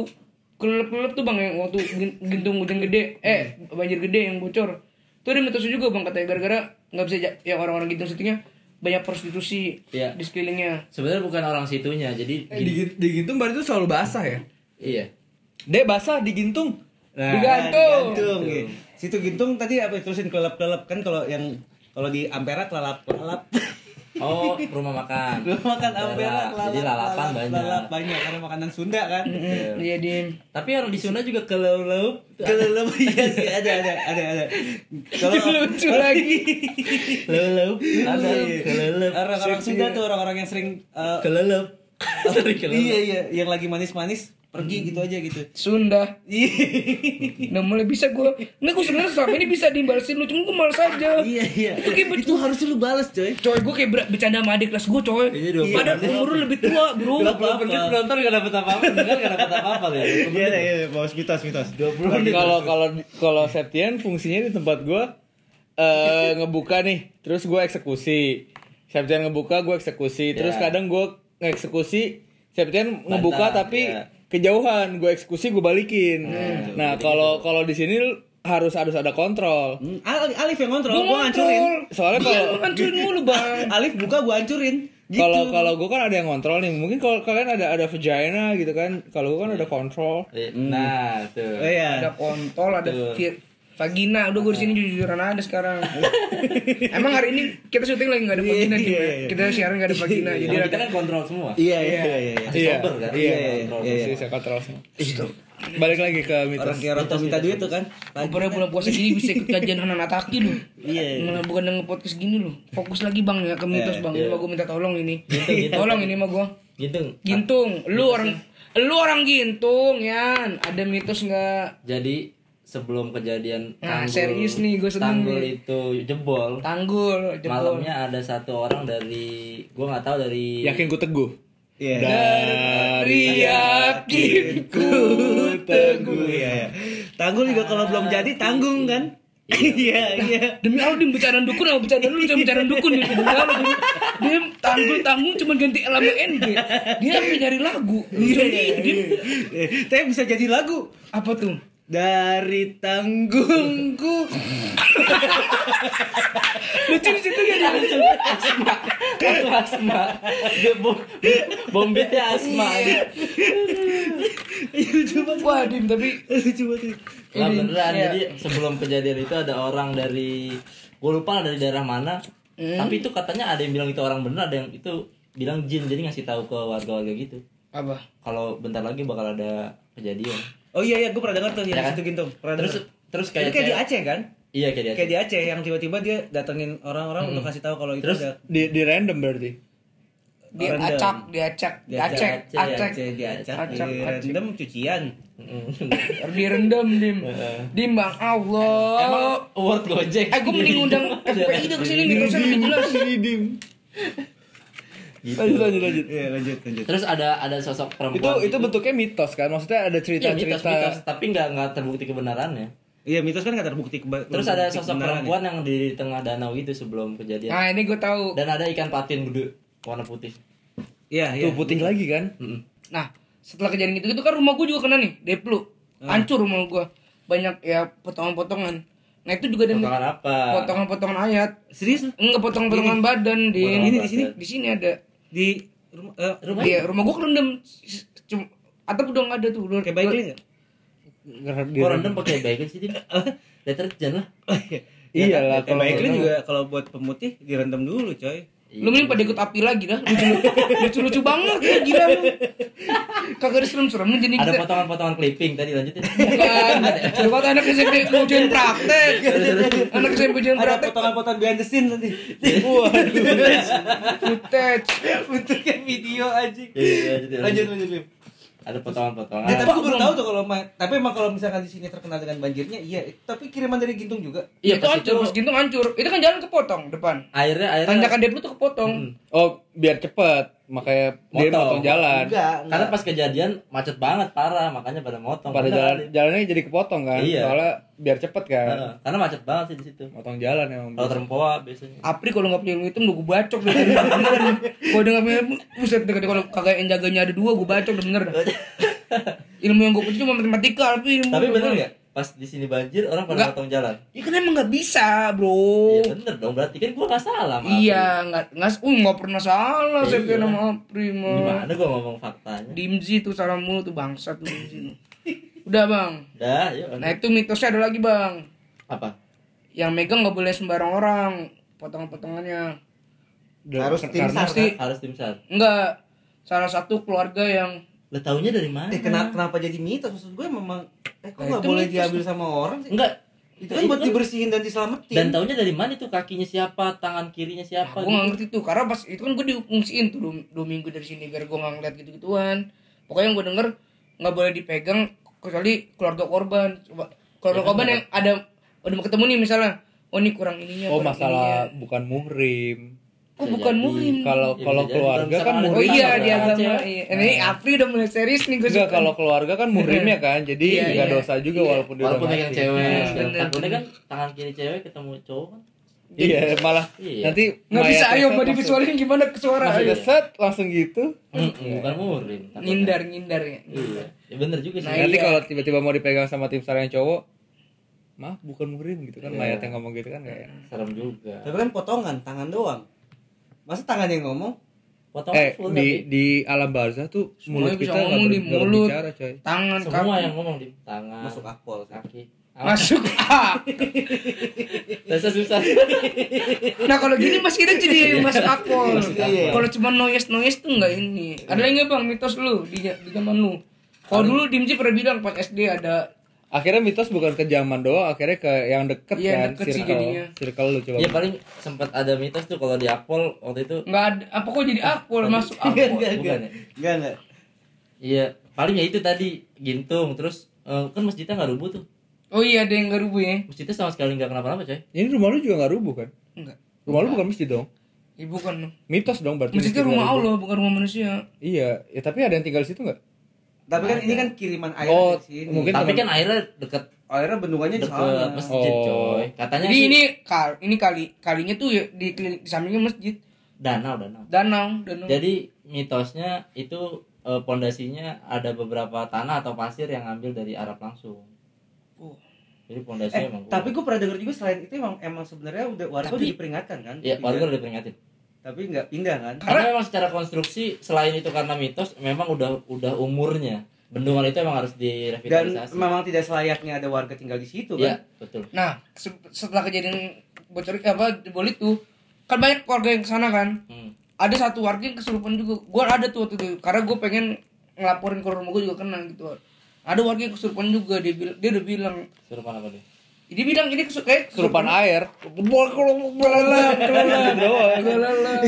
S2: kelelep-kelelep tuh Bang yang waktu gin- gintung hujan gede, eh banjir gede yang bocor. Itu ada mitosnya juga Bang katanya gara-gara nggak bisa ja- ya orang-orang gintung situnya banyak prostitusi
S3: Iya.
S2: di sekelilingnya.
S3: Sebenarnya bukan orang situnya, jadi gini.
S5: Digit- digintung berarti itu selalu basah ya?
S3: Iya.
S4: Dek basah digintung.
S1: Nah,
S2: Digantung.
S1: digantung, iya. <laughs> Situ gintung tadi apa terusin kelelep-kelelep kan kalau yang kalau di Ampera kelelap kelelap.
S3: Oh, rumah makan.
S1: <laughs> Belum makan ampera,
S3: Daerah. Jadi lalapan banyak.
S1: Lalap banyak karena makanan Sunda kan.
S2: Iya, Din.
S3: Tapi orang di Sunda juga keleleup.
S1: Kelelep iya sih ada ada ada ada. Kalau
S2: Lucu
S1: <laughs>
S2: lagi.
S3: Keleleup. Ada keleleup.
S1: orang-orang Sunda tuh orang-orang yang sering eh,
S3: Keleleup. Sorry, keleleup.
S1: <laughs> iya iya yang lagi manis-manis pergi gitu aja gitu.
S2: Sunda.
S3: <laughs>
S1: Iya.
S2: Nah mulai bisa gue Nggak gue sebenernya selama ini bisa dibalesin lu Cuma gue males aja
S1: Iya iya.
S2: Itu kayak
S1: Itu harusnya lu balas coy.
S2: Coy gue kayak ber- bercanda sama adik kelas gue coy
S3: Iya, dua
S2: Padahal umur lu lebih tua bro
S3: 20 menit penonton gak dapet apa-apa, dengar gak dapet apa-apa ya.
S1: Iya iya bawas mitos mitos.
S3: 20
S4: Tapi
S3: menit.
S4: kalau kalau kalau Septian fungsinya di tempat gua eh ngebuka nih, terus gua eksekusi. Septian ngebuka, gua eksekusi. Terus
S3: Ya.
S4: kadang gua ngeksekusi, Septian ngebuka
S3: Bantah,
S4: tapi
S3: ya.
S4: kejauhan, gua eksekusi, gua balikin. Nah, kalau kalau di sini harus harus ada kontrol.
S1: Hmm, Al- Alif yang kontrol,
S2: Gue
S1: gua hancurin.
S4: Soalnya
S2: Iya
S4: kalau
S2: lu hancurin mulu bang
S1: <laughs> Alif buka gua hancurin. Gitu.
S4: kalau kalau gua kan ada yang kontrol nih. Mungkin kalau kalian ada ada vagina gitu kan. Kalau gua kan ada kontrol.
S2: Eh, mm.
S3: Nah, tuh.
S1: Oh iya.
S2: Ada kontol ada vi- vagina Udah gue disini jujur-jujuran ada sekarang Emang hari ini kita syuting lagi gak ada vagina Dim, ya? Kita siaran gak ada vagina Jadi
S3: Sama
S2: ada
S3: kita kan kontrol semua.
S1: Iya iya iya iya.
S3: Masih sober kan?
S4: Iya,
S1: Iya,
S4: iya,
S1: kontrol.
S4: iya, iya. Saya kontrol semua. Balik lagi ke
S1: Orang
S4: mitos.
S1: kayak orang tua minta duit tuh kan.
S2: Gue pernah bulan puasa gini bisa ikut kajian Hanan Ataki lu
S1: Iya.
S2: Malah bukan dengan podcast gini lu Fokus lagi bang ya ke mitos bang Ini mah gue minta tolong ini
S3: Gitu, gitu.
S2: Tolong ini mah gue
S3: Gitu.
S2: Gintung, lu orang lu orang gintung, Yan. Ada mitos nggak?
S3: Jadi sebelum kejadian
S2: Nah, serius nih, gua seneng
S3: tanggul
S2: nih.
S3: itu jebol,
S2: Tanggul, jebol.
S3: malamnya ada satu orang dari gua nggak tahu dari
S4: Yakin ku teguh.
S1: Iya.
S4: Dari
S2: Yakinku
S1: Teguh ya. ya. Tanggul juga kalau belum jadi tanggung kan. <laughs> Iya iya.
S2: Demi Allah dim bercandaan dukun sama bercandaan lu cuma bercandaan dukun dim. Demi Allah dim. Dim tanggul tanggung cuma ganti L sama NG. Dia sampai nyari lagu. Lucu nih dim.
S1: Eh, Tapi bisa jadi lagu
S2: Apa tuh?
S1: dari tanggungku.
S2: Lucu di situ ya dim.
S3: asma, asma, asma,
S2: <laughs>
S3: Dia bom- bombitnya asma.
S2: Iya. Wah dim tapi
S1: Lucu banget.
S3: Lah beneran,
S2: Iya.
S3: jadi sebelum kejadian itu ada orang dari gua lupa lah dari daerah mana, tapi itu katanya ada yang bilang itu orang bener, ada yang itu bilang jin, jadi ngasih tahu ke warga-warga gitu.
S2: apa?
S3: Kalau bentar lagi bakal ada kejadian.
S1: Oh iya iya, gue pernah dengar tuh yang
S3: Ya kan?
S1: itu gintung. Pernah
S3: Terus
S1: dengar.
S3: terus
S1: Itu kayak,
S3: kayak
S1: di
S3: cewek-
S1: Aceh kan?
S3: Iya kayak di Aceh.
S1: Kayak di Aceh yang tiba-tiba dia datengin orang-orang untuk kasih tahu kalau itu
S3: Terus?
S1: ada
S4: Di, di random berarti.
S2: Dia
S1: Rendang.
S2: acak, dia acak, dia acak,
S1: Aceh,
S2: acak.
S1: Iya, Aceh, di Aceh,
S2: Acak,
S1: di
S2: acak.
S1: random cucian.
S2: Direndam dim. Dim bang Allah.
S3: Emang award Gojek.
S2: Eh gue mending
S3: <laughs>
S2: undang FPI deh kesini
S4: Gitu,
S2: mitosnya lebih jelas
S4: Lanjut lanjut lanjut.
S1: Iya, lanjut lanjut.
S3: Terus ada ada sosok
S4: Itu
S3: perempuan.
S4: itu
S3: gitu.
S4: bentuknya mitos kan? Maksudnya ada
S3: Iya, mitos, mitos,
S4: cerita-cerita.
S3: tapi nggak nggak terbukti kebenarannya.
S1: Iya, mitos kan nggak terbukti keba-
S3: Terus ada
S1: terbukti
S3: sosok
S1: kebenaran ya.
S3: perempuan yang di tengah danau gitu sebelum kejadian.
S2: Nah ini gue tahu.
S3: Dan ada ikan patin gede warna putih.
S1: Iya, iya.
S4: Tuh putih lagi kan?
S3: Mm-mm.
S2: Nah setelah kejadian gitu gitu kan rumah gue juga kena nih deplu. Hancur rumah gue. Banyak ya potongan-potongan. Nah itu juga ada mit-
S3: Potongan apa?
S2: potongan-potongan ayat.
S1: Serius lu?
S2: Enggak potongan-potongan badan di
S3: Potongan
S2: ini
S3: badan.
S2: di sini di sini ada.
S1: di rumah eh,
S3: Rumah
S2: Iya rumah gue kerendam. S- Cuma atap udah nggak ada tuh. Udah,
S1: kayak baik ya? enggak?
S4: Di
S3: Gua rendam pakai bacon sih dia. Deterjen lah.
S1: Oh,
S4: Iya lah
S1: kalau
S4: kalau
S1: baik juga kalau buat pemutih direndam dulu, coy.
S3: Iya.
S2: Lu mending pada ikut api lagi dah. Lucu- Lucu-lucu banget ya gila lu. Kagak ada serem-seremnya jadi
S3: Ada
S2: kita-
S3: potongan-potongan clipping tadi lanjutin.
S2: Bukan. Buat anak SMP mau join praktek. Anak SMP join
S1: Ada
S2: praktek.
S1: potongan-potongan behind the scene nanti.
S3: Iya.
S2: Footage.
S1: Bentuknya video aja.
S3: Iya, lanjutin,
S1: Lanjut lanjut. Lim.
S3: Ada
S1: Ya,
S3: potongan-potongan.
S1: tapi gue baru tahu tuh kalau ma- tapi emang kalau misalkan di sini terkenal dengan banjirnya, iya. Tapi kiriman dari Gintung juga.
S3: Iya,
S2: itu
S3: pas
S2: hancur,
S3: itu-
S2: pas gintung hancur. Itu kan jalan kepotong depan.
S3: Airnya airnya
S2: Tanjakan Deplu tuh kepotong.
S4: Oh, biar cepet makanya dia
S3: Motong.
S4: motong jalan.
S1: Enggak,
S3: Karena pas kejadian macet banget parah, makanya pada motong.
S4: Pada
S3: Bener,
S4: jalan
S3: Ali.
S4: jalannya jadi kepotong kan?
S3: Iya.
S4: Soalnya biar cepet kan.
S3: Heeh, Karena macet banget sih di situ.
S4: Motong jalan emang.
S3: Kalau terempoa biasanya.
S2: Apri kalau nggak punya ilmu hitam, gue bacok deh. Beneran. Kalau udah nggak punya ilmu, buset deh. Kalau kagak yang jaganya ada dua, gue bacok deh bener. dah. Ilmu yang gue punya cuma matematika, tapi ilmu.
S3: Tapi bener nggak? Pas di sini banjir orang pada
S2: Nggak.
S3: motong jalan.
S2: Ya kan emang nggak bisa, bro.
S3: Iya bener dong. Berarti kan gua nggak salah. sama Apri.
S2: Iya, nggak nggak, uh nggak pernah salah saya kira sama Apri mah.
S3: Iya. Gimana gua ngomong faktanya?
S2: Dimzi tuh salam mulu tuh bangsat tuh Dimzi. Udah bang.
S3: Dah, yuk. lanjut.
S2: Nah itu mitosnya ada lagi bang.
S3: Apa?
S2: Yang megang nggak boleh sembarang orang. Potongan-potongannya.
S1: Harus tim
S4: karena- oh,
S1: sar.
S2: mesti-
S3: harus tim sar
S2: Enggak. Salah satu keluarga yang
S3: lah taunya dari mana
S1: Eh, kenapa, kenapa jadi mitos? Maksud gue memang eh kok nggak
S2: itu
S1: boleh
S2: mitos.
S1: diambil sama orang sih?
S3: enggak
S1: Itu kan buat dibersihin dan diselamatin.
S3: dan taunya dari mana itu kakinya siapa tangan kirinya siapa
S2: gue
S3: gitu.
S2: gak ngerti tuh karena pas itu kan gue diungsiin tuh dua, dua minggu dari sini biar gue gak ngeliat gitu gituan pokoknya yang gue denger nggak boleh dipegang kecuali keluarga korban coba
S4: Ya
S2: keluarga
S4: kan,
S2: korban yang ada udah mau ketemu nih misalnya oh ini kurang ininya
S4: oh
S2: kurang
S4: masalah
S2: ininya.
S4: bukan muhrim
S2: kok bukan
S3: Jadi,
S2: muhrim
S4: kalau
S3: Ya,
S4: kalau
S3: bisa jadi
S4: keluarga kan
S3: kalau misalkan ada-
S2: oh
S4: muhrim
S2: iya
S3: Bukan,
S2: di
S3: bukan.
S2: agama iya ini Apri udah mulai serius nih gue
S4: Nah. Enggak kalau keluarga kan muhrim ya kan. Jadi
S2: Iya,
S4: enggak
S2: iya.
S4: dosa juga walaupun di
S5: Walaupun
S4: rumah.
S5: yang cewek.
S3: Nah,
S2: Bener.
S3: takutnya kan tangan kiri cewek ketemu cowok kan
S4: Iya, malah
S3: Iya.
S4: nanti
S2: nggak
S4: mayat
S2: bisa ayo
S4: keset
S2: mau
S4: langsung-
S2: divisualin gimana ke suara
S4: langsung
S2: ayo.
S4: keset, langsung gitu.
S3: Mm-mm, Iya. bukan murim takutnya.
S2: ngindar ngindar ya
S3: iya ya bener juga sih
S2: Nah,
S4: Nanti
S2: iya.
S4: kalau tiba-tiba mau dipegang sama tim sar yang cowok, maaf bukan muhrim gitu kan mayat yang ngomong gitu kan kayak.
S3: serem juga
S1: Tapi kan potongan tangan doang. Masa tangan yang ngomong?
S3: potong
S4: Eh
S3: full
S4: di
S3: tapi
S4: di alam barzah tuh
S2: Semuanya
S4: mulut
S2: bisa
S4: kita nggak
S2: ngomong
S4: ber-
S2: di
S4: nggak
S2: mulut.
S4: berbicara coy.
S2: tangan
S3: semua
S2: kaki
S3: yang ngomong di tangan
S1: Masuk akpol. sih.
S3: kaki
S2: masuk
S4: <laughs>
S2: ah
S3: Dasar
S2: <laughs>
S3: susah
S2: Nah kalau gini Mas Ira jadi Mas Akpol.
S1: Iya.
S2: Kalau cuma noise noise tuh nggak ini. Ada lagi nggak bang mitos lu di, di zaman lu? Kalau dulu Dimji pernah bilang pas SD ada
S4: Akhirnya mitos bukan ke zaman doang, akhirnya ke yang deket
S2: Iya,
S4: kan,
S2: deket sih
S4: circle,
S2: jadinya.
S4: circle lu coba.
S3: ya paling sempat ada mitos tuh kalau di akpol waktu itu
S2: nggak ada apa kok jadi Akpol masuk
S1: Enggak,
S2: Akpol.
S1: Iya, enggak, enggak.
S3: Bukan ya?
S1: Enggak, enggak.
S3: iya palingnya itu tadi gintung terus eh, kan masjidnya nggak rubuh tuh
S2: Oh iya ada yang nggak rubuh ya?
S3: masjidnya sama sekali nggak kenapa-napa coy
S4: Ini rumah lu juga nggak rubuh kan?
S2: Enggak.
S4: Rumah lu bukan masjid dong?
S2: Ibu kan.
S4: Mitos dong berarti.
S2: Masjidnya
S4: masjid nggak
S2: rumah
S4: rubuh.
S2: Allah bukan rumah manusia.
S4: Iya, ya tapi ada yang tinggal di situ nggak?
S1: Tapi kan ini kan kiriman air
S4: Oh,
S1: dari sini.
S4: mungkin
S3: tapi
S4: teman-
S3: kan airnya deket
S1: airnya Eh, bendungannya di sana.
S3: deket masjid
S4: Oh.
S3: coy katanya
S2: Jadi
S3: sih
S2: ini kal ini kali kalinya tuh ya di, keliling- di sampingnya masjid
S3: danau danau
S2: danau danau.
S3: jadi mitosnya itu eh, pondasinya ada beberapa tanah atau pasir yang ngambil dari Arab langsung
S2: Oh.
S3: jadi pondasinya
S1: Eh,
S3: emang kuat.
S1: tapi gue pernah denger juga selain itu emang emang sebenarnya udah warga
S3: Tapi-
S1: udah diperingatkan kan? Tidak.
S3: ya warga udah diperingatin
S1: Tapi nggak pindah kan?
S3: karena memang secara konstruksi selain itu karena mitos memang udah udah umurnya bendungan itu emang harus
S1: Dan
S3: direvitalisasi
S1: memang tidak selayaknya ada warga tinggal di situ
S3: Iya,
S1: kan?
S3: betul
S2: Nah se- setelah kejadian bocor apa dibolit tuh kan banyak keluarga yang kesana kan.
S3: Hmm.
S2: ada satu warga yang kesurupan juga gue ada tuh waktu itu karena gue pengen ngelaporin ke rumah gue juga kena gitu ada warga yang kesurupan juga dia bil- dia udah bilang
S3: Kesurupan apa nih?
S2: dia bilang ini kesu kayak
S4: Kesurupan air,
S2: bol kalau belalang belalang belalang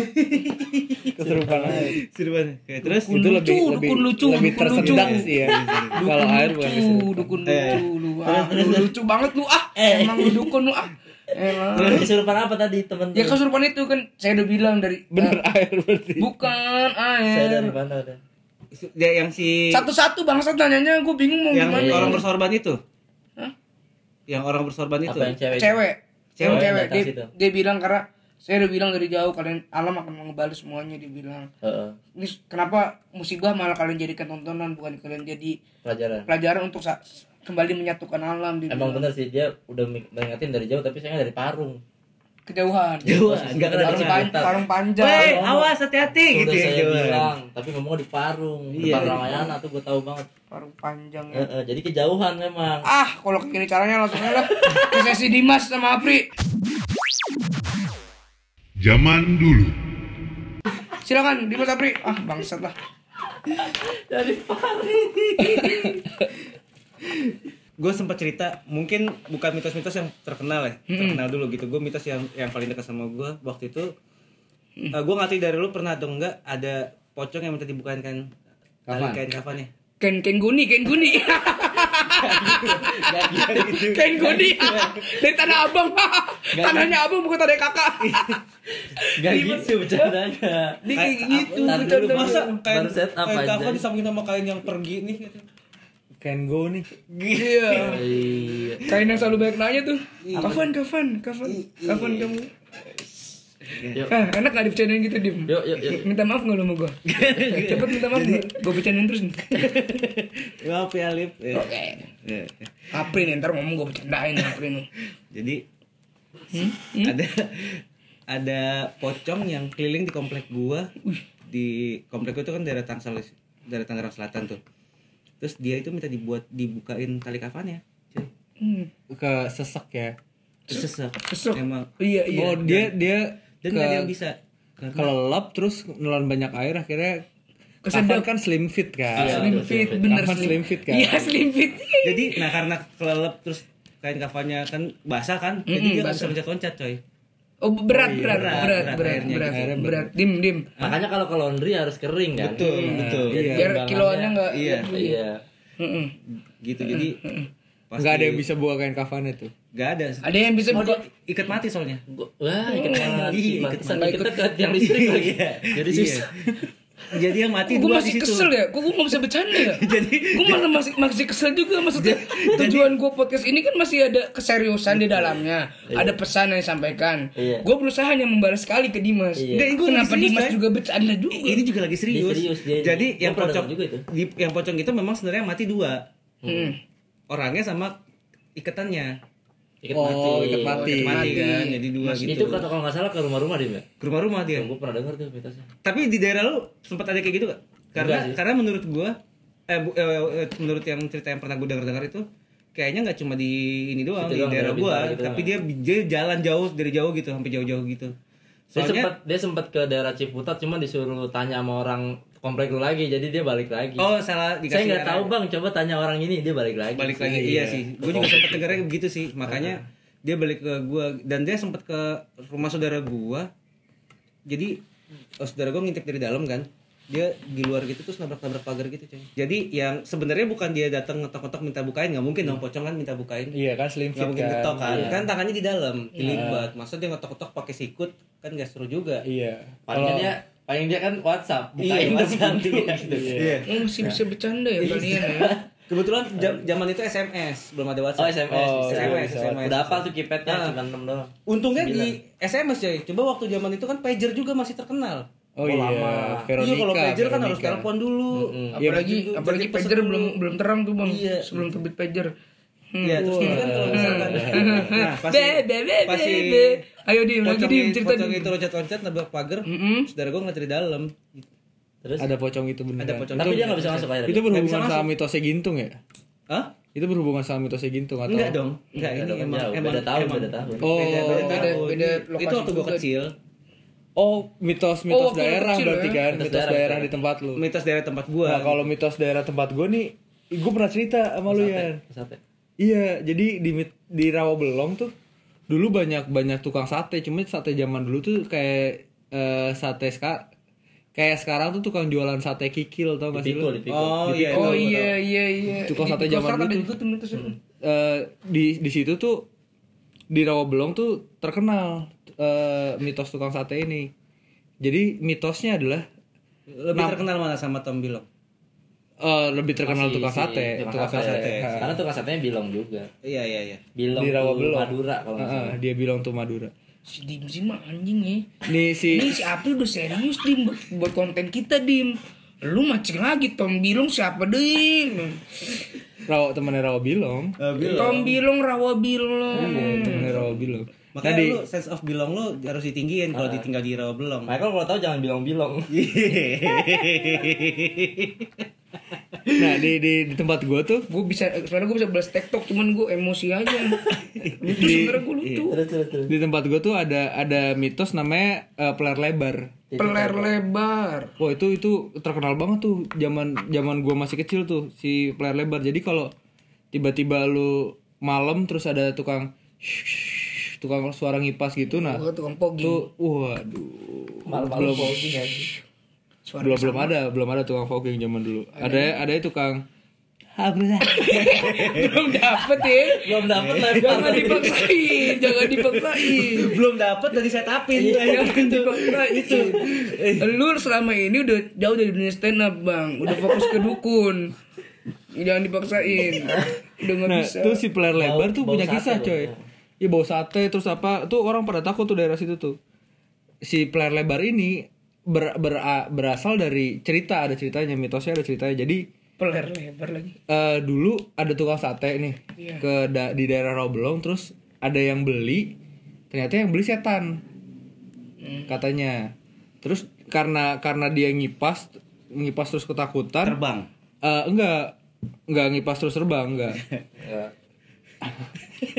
S4: kesurupan air.
S1: Seruan. Oke, terus
S4: itu lebih
S2: lucu,
S4: lebih
S2: dukun lucu,
S4: lebih
S2: dukun
S4: tersedak
S2: lucu.
S4: sih ya. Kalau air bukan
S2: lucu
S4: kesurupan.
S2: dukun lucu lu ah lu lucu banget lu ah emang lu dukun lu ah Elah.
S3: Kesurupan apa tadi temen?
S2: ya kesurupan itu kan saya udah bilang dari eh,
S4: Bener air berarti.
S2: bukan
S3: Saya
S2: air
S3: dari mana udah?
S1: Ya, yang si
S2: satu-satu bangsat nanyanya gue bingung mau
S1: yang
S2: gimana
S1: orang
S4: Iya.
S1: bersorban itu.
S2: Hah?
S1: Yang orang bersorban itu.
S3: Apa yang cewek?
S2: cewek cewek
S3: Cewek
S2: cewek
S3: datang
S2: dia,
S3: situ.
S2: dia bilang karena saya udah bilang dari jauh kalian alam akan ngebalas semuanya dia bilang
S3: Heeh,
S2: ini s- kenapa musibah malah kalian jadikan tontonan bukan kalian jadi
S3: pelajaran.
S2: pelajaran untuk sa- kembali menyatukan alam dia
S3: Emang
S2: bilang.
S3: bener sih dia udah mengingatin dari jauh tapi saya dari Parung.
S2: kejauhan
S1: Jawa,
S3: Posisinya
S1: enggak kena
S3: dari
S2: parung,
S1: dicari.
S2: pan-
S3: Jakarta.
S2: parung
S1: Weh,
S2: panjang
S1: awas hati-hati
S3: Sudah
S1: gitu ya
S3: saya
S1: Jawa.
S3: bilang, tapi ngomong di Parung, di
S1: Iya.
S3: Parung Ramayana tuh gue tahu banget.
S2: parung panjang ya.
S3: Heeh, jadi kejauhan memang.
S2: ah kalau kayak gini caranya langsung aja lah ke sesi Dimas sama Apri
S6: Zaman dulu.
S2: silakan Dimas Apri ah bangsat lah
S1: gue sempat cerita mungkin bukan mitos-mitos yang terkenal ya terkenal dulu gitu gue mitos yang yang paling dekat sama gue waktu itu gue nggak tahu dari lu pernah atau enggak ada pocong yang minta dibukain kain tali kain kafannya
S2: Ken Ken Guni Ken Guni Ken Guni dari tanah abang tanahnya abang bukan tanah kakak
S1: iya,
S3: Gak gitu <laughs> bercandanya.
S2: Dia kayak
S1: Kayak
S2: gitu
S3: apa? Ntar dulu,
S2: bercanda.
S3: masa?
S1: kain
S3: Baru set up
S1: kain
S3: aja.
S1: kafan disambungin sama kain yang pergi nih gitu.
S4: Can go nih.
S2: Iya.
S3: Iya.
S2: Kain yang selalu banyak nanya tuh. Kafan, kafan, kafan, kafan kamu.
S3: Yuk.
S2: Ah, enak gak dipecahin gitu dim.
S3: Yuk, yuk,
S1: <laughs>
S3: yuk.
S2: Minta maaf gak lo sama gue? Cepet minta maaf gak? Gue bercandain terus nih
S1: maaf ya Alif Ya.
S2: Oke
S1: Ya.
S2: Apri nih ntar ngomong gue bercandain Apri nih
S1: jadi ada ada pocong yang keliling di komplek gua di komplek gua itu kan daerah Tangsel daerah Tangerang Selatan tuh terus dia itu minta dibuat dibukain tali kafannya cuy
S2: Hmm,
S4: Ke sesek ya.
S1: Sesek.
S2: Sesek.
S1: emang
S2: Iya iya
S4: Oh, dia dia
S1: dan
S4: ke
S1: nggak ada yang bisa
S4: kelelap terus nelan banyak air akhirnya
S2: Kesedot.
S4: Kafan kan slim fit kan.
S3: Iya,
S2: Slim fit, bener
S4: Kapan slim fit, kan?
S2: Iya slim fit.
S1: Jadi nah karena kelelep terus kain kafannya kan basah kan, jadi
S2: Mm-mm,
S1: dia nggak
S2: basah.
S1: bisa loncat-loncat coy.
S2: Oh berat berat
S1: berat,
S2: berat
S1: berat,
S2: berat
S1: airnya,
S2: berat
S4: airnya
S2: berat. Dim dim.
S3: Makanya kalau ke laundry harus kering kan.
S1: Betul, betul.
S4: Iya.
S2: Biar kiloannya nggak.
S1: Iya.
S3: Iya.
S2: Mm-mm.
S1: Gitu jadi pasti
S4: Enggak ada yang bisa buka kain kafannya tuh.
S1: nggak ada.
S2: Ada yang bisa
S1: Oh,
S2: buka.
S1: dia ikat mati soalnya.
S3: Gua- Wah, ikat mati,
S1: Hmm, Iya, ikat
S3: pantesan
S1: mati.
S3: ikat dekat yang listrik lagi. Jadi
S1: Iya.
S3: susah.
S1: Jadi yang mati
S2: Gue
S1: dua
S2: masih
S1: di situ.
S2: kesel ya, gue gak bisa bercanda ya.
S1: Jadi-
S2: gue malah masih masih kesel juga maksudnya. tujuan gue podcast ini kan masih ada keseriusan di dalamnya, ada pesan yang disampaikan.
S3: Iya.
S2: Gue berusaha hanya membalas sekali ke Dimas.
S3: Iya.
S1: Nggak, gua
S2: Kenapa
S1: lagi serius,
S2: Dimas
S1: Coy.
S2: juga bercanda juga?
S1: I- Ini juga lagi serius.
S3: Dia serius, dia-
S1: Jadi
S3: dia-
S1: yang
S3: gua pernah
S1: pocong
S3: dengar juga itu.
S1: di- yang pocong itu memang sebenarnya mati dua.
S2: Hmm.
S1: Orangnya sama iketannya.
S3: Ikat
S4: Oh,
S2: Iya,
S4: ikat mati.
S1: Ikat mati kan, jadi dua
S3: Itu
S1: gitu.
S3: kata kalau nggak salah ke rumah-rumah dia, Mbak.
S1: Ke rumah-rumah dia.
S3: Gue pernah dengar tuh mitosnya.
S1: Tapi di daerah lu sempat ada kayak gitu gak?
S3: Enggak
S1: Karena
S3: sih.
S1: karena menurut gua eh, bu- eh, eh, menurut yang cerita yang pernah gua dengar-dengar itu kayaknya nggak cuma di ini doang di
S3: Situ doang,
S1: daerah
S3: daerah Bintaro
S1: gua,
S3: gitu
S1: tapi
S3: doang.
S1: dia dia jalan jauh dari jauh gitu, sampai jauh-jauh gitu.
S3: Dia
S1: Soalnya
S3: sempat dia sempat ke daerah Ciputat cuma disuruh tanya sama orang komplek lu lagi, jadi dia balik lagi.
S1: oh salah dikasih
S3: Saya nggak
S1: arah.
S3: tahu bang, coba tanya orang ini dia balik lagi.
S1: balik lagi iya, sih gue juga sempat dengarnya begitu sih makanya dia balik ke gue dan dia sempat ke rumah saudara gue jadi eh, saudara gue ngintip dari dalam kan dia di luar gitu terus nabrak-nabrak pagar gitu coy jadi yang sebenarnya bukan dia datang ngetok-ngetok minta bukain nggak mungkin dong pocong kan minta bukain
S4: Iya kan
S1: nggak
S4: slim fit
S1: mungkin
S4: kan.
S1: ketok kan kan tangannya di dalam dilibat masa dia ngetok-ngetok pakai sikut kan nggak seru juga
S4: Iya.
S3: Paling dia paling dia kan WhatsApp,
S1: Iya,
S3: bukain terus
S1: WhatsApp.
S3: <laughs> nanti gitu.
S2: Lu masih bisa bercanda ya kalian ya.
S1: Iya. kebetulan jam- zaman itu SMS belum ada
S3: Oh
S1: WhatsApp
S3: SMS,
S4: Oh,
S3: bisa. Ah.
S1: SMS, SMS.
S3: Udah apa tuh keypadnya? Cuma enam doang.
S1: Untungnya di SMS coy. Coba waktu zaman itu kan pager juga masih terkenal.
S4: Oh, iya.
S3: lama.
S4: Veronica.
S1: iya kalau pager kan harus
S4: Veronica.
S1: telepon dulu.
S2: Iya, Apalagi
S1: Jadi-
S2: apalagi
S1: Iya, jadi pesen
S2: pager
S1: dulu.
S2: belum belum terang tuh bang.
S1: Iya.
S2: Sebelum terbit pager. Hmm.
S1: Iya, terus dulu kan kalau
S2: <laughs>
S1: misalkan nah, pasti
S2: Be, be, be,
S1: pasti
S2: be, be. Ayo, Dim, lagi,
S1: pocongnya-
S2: Dim, cerita,
S1: pocongnya
S2: Dim.
S1: itu loncat-loncat nabrak pagar.
S2: Mm-mm.
S1: Saudara gua ngeliat dari dalam.
S3: Terus
S4: Ada pocong itu beneran.
S2: Iya.
S1: Ada pocong.
S3: tapi dia nggak bisa masuk akhirnya.
S4: Itu
S1: Nggak
S4: berhubungan
S1: bisa
S4: sama mitosnya gintung ya?
S1: Hah?
S4: Itu berhubungan sama mitosnya gintung atau?
S1: Enggak dong. Enggak
S3: Beda
S1: ini
S3: dong,
S1: emang
S3: jauh.
S1: emang
S3: beda tahun,
S1: emang.
S3: beda tahun.
S4: Oh,
S1: Beda- beda
S2: beda-
S1: tahun.
S2: beda lokasi
S1: Itu waktu gua
S2: juga.
S1: kecil.
S4: oh mitos
S2: Oh,
S4: mitos
S2: waktu lu
S4: daerah
S2: kecil
S4: berarti
S2: ya?
S4: kan,
S3: Mitos
S4: mitos,
S3: daerah,
S4: daerah,
S3: mitos
S4: di tempat lu.
S1: Mitos daerah tempat gua.
S4: Nah, kalau mitos daerah tempat gua nih, gue pernah cerita sama lu ya.
S3: Sate.
S4: Iya, jadi di mit- di Rawabelong tuh dulu banyak banyak tukang sate, cuma sate zaman dulu tuh kayak eh, sate sekarang kayak sekarang tuh tukang jualan sate kikil tau gak sih
S3: Dipikul,
S4: lu?
S3: dipikul.
S1: Oh iya.
S2: Oh iya iya iya.
S4: Tukang
S2: Di
S4: sate
S2: Kostrad
S4: zaman
S2: ada
S4: dulu
S2: juga tuh mitos itu.
S4: Eh, di di situ tuh di Rawabelong tuh terkenal eh, mitos tukang sate ini. Jadi mitosnya adalah
S1: Lebih terkenal mana sama Tom Bilong?
S4: eh, lebih terkenal
S3: Si-
S4: tukang
S3: si
S4: sate, tukang sate. Ha.
S3: Karena tukang satenya Bilong juga.
S1: Iya iya iya.
S3: Bilong
S4: Di Rawa
S3: tuh
S4: Belong.
S3: Madura kalau nggak
S4: Heeh,
S3: salah.
S4: dia bilang tuh Madura.
S2: Si Dim sih mah anjing ya.
S4: Nih si
S2: Ini si April udah serius Dim buat, buat konten kita Dim. Lu mancing lagi Tom Bilong siapa Dim?
S4: Rawa temannya Rawa Bilong.
S2: Tom Bilong Rawa
S4: Iya,
S2: Bilong.
S4: Temennya Rawa Bilong.
S1: Makanya
S4: Tadi-
S1: lu sense of belong lu harus ditinggiin kalau ditinggal di rawa belong.
S3: Michael kalau tahu jangan bilong-bilong.
S4: Iya. Nah di di, di tempat gua tuh
S2: Gue bisa sebenarnya gue bisa belas TikTok cuman gue emosi aja. Itu sebenarnya gue lucu.
S3: Terus terus terus.
S4: di tempat gua tuh ada ada mitos namanya eh, peler lebar.
S2: Peler lebar.
S4: Wah itu itu terkenal banget tuh zaman zaman gua masih kecil tuh si peler lebar. Jadi kalau tiba-tiba lu malam terus ada tukang <sniffs> tukang suara ngipas gitu nah
S2: Gue tukang pogi.
S4: tuh waduh
S3: Malu-malu boging aja.
S2: Suara
S4: belum belum ada belum ada tukang fogging zaman dulu ada ada tukang
S2: <laughs> belum dapet ya.
S3: Belum dapet
S4: Iya.
S3: lah.
S2: Jangan dipaksain, jangan dipaksain.
S1: belum dapat dari setupin <laughs>
S2: Jangan dipaksain. Itu. gitu. Lu selama ini udah jauh dari dunia stand up, Bang. Udah fokus ke dukun. Jangan dipaksain. Udah nggak
S4: Nah,
S2: bisa.
S4: tuh si peler lebar tuh
S3: bau
S4: punya
S3: sate
S4: kisah,
S3: loh,
S4: coy.
S3: ya.
S4: Iya bau sate terus apa? Tuh orang pada takut tuh daerah situ tuh. Si peler lebar ini ber- ber- berasal dari cerita, ada ceritanya, mitosnya ada ceritanya. Jadi
S2: Peler lebar lagi.
S4: eh, dulu ada tukang sate nih
S2: Iya.
S4: ke da- di daerah Roblong terus ada yang beli. Ternyata yang beli setan.
S2: Hmm.
S4: Katanya. Terus karena karena dia ngipas ngipas terus ketakutan.
S1: terbang.
S4: Eh, enggak enggak ngipas terus terbang
S3: <laughs>
S4: Iya. enggak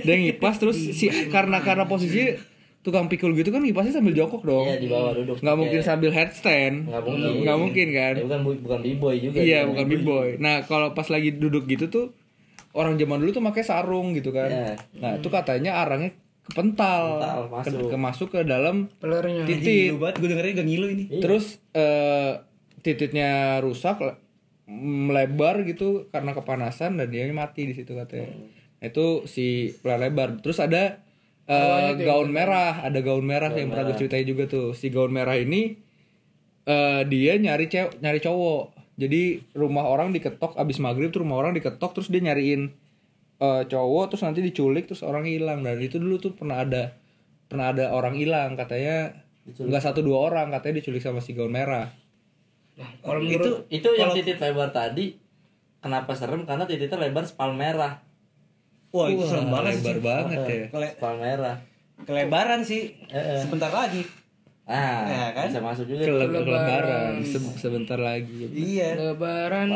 S4: dia ngipas terus si karena karena posisi tukang pikul gitu kan kipasnya sambil jongkok dong.
S3: Iya, di bawah duduk.
S4: Nggak mungkin
S3: Kayak-
S4: sambil headstand.
S3: Nggak mungkin.
S4: Nggak mungkin kan.
S3: Ya, bukan bukan b-boy juga.
S4: Iya,
S3: dia.
S4: bukan b-boy. Nah, kalau pas lagi duduk gitu tuh orang zaman dulu tuh pakai sarung gitu kan.
S3: Iya.
S4: Nah, itu katanya arangnya kepental,
S3: Kepental,
S4: Ke-
S3: masuk. Iya.
S4: ke, masuk ke dalam
S2: pelernya
S4: titik.
S1: Gila banget, gue dengernya gak ngilu ini.
S4: Terus eh, titiknya rusak le- melebar gitu karena kepanasan dan dia mati di situ katanya. Nah, Itu si pelar lebar. Terus ada eh, gaun merah, ada gaun merah yang pernah gue ceritain juga tuh. Si gaun merah ini eh, dia nyari cew- nyari cowok. Jadi rumah orang diketok abis maghrib tuh rumah orang diketok terus dia nyariin eh, cowok terus nanti diculik terus orang hilang dan itu dulu tuh pernah ada pernah ada orang hilang katanya nggak satu dua orang katanya diculik sama si gaun merah
S2: kalau
S1: Itu
S2: menurut
S3: Itu yang titik lebar tadi kenapa serem karena titiknya lebar sepal merah.
S1: wah itu serem
S4: Wah,
S1: banget sih.
S4: lebar
S1: Cuk.
S4: banget ya
S1: Kele-
S3: Sepal merah.
S1: kelebaran sih.
S3: Eh, eh.
S1: Sebentar lagi.
S3: Ah,
S1: Ya, kan?
S3: bisa masuk juga.
S4: Kele- kelebaran se- sebentar lagi
S1: Iya.
S2: lebaran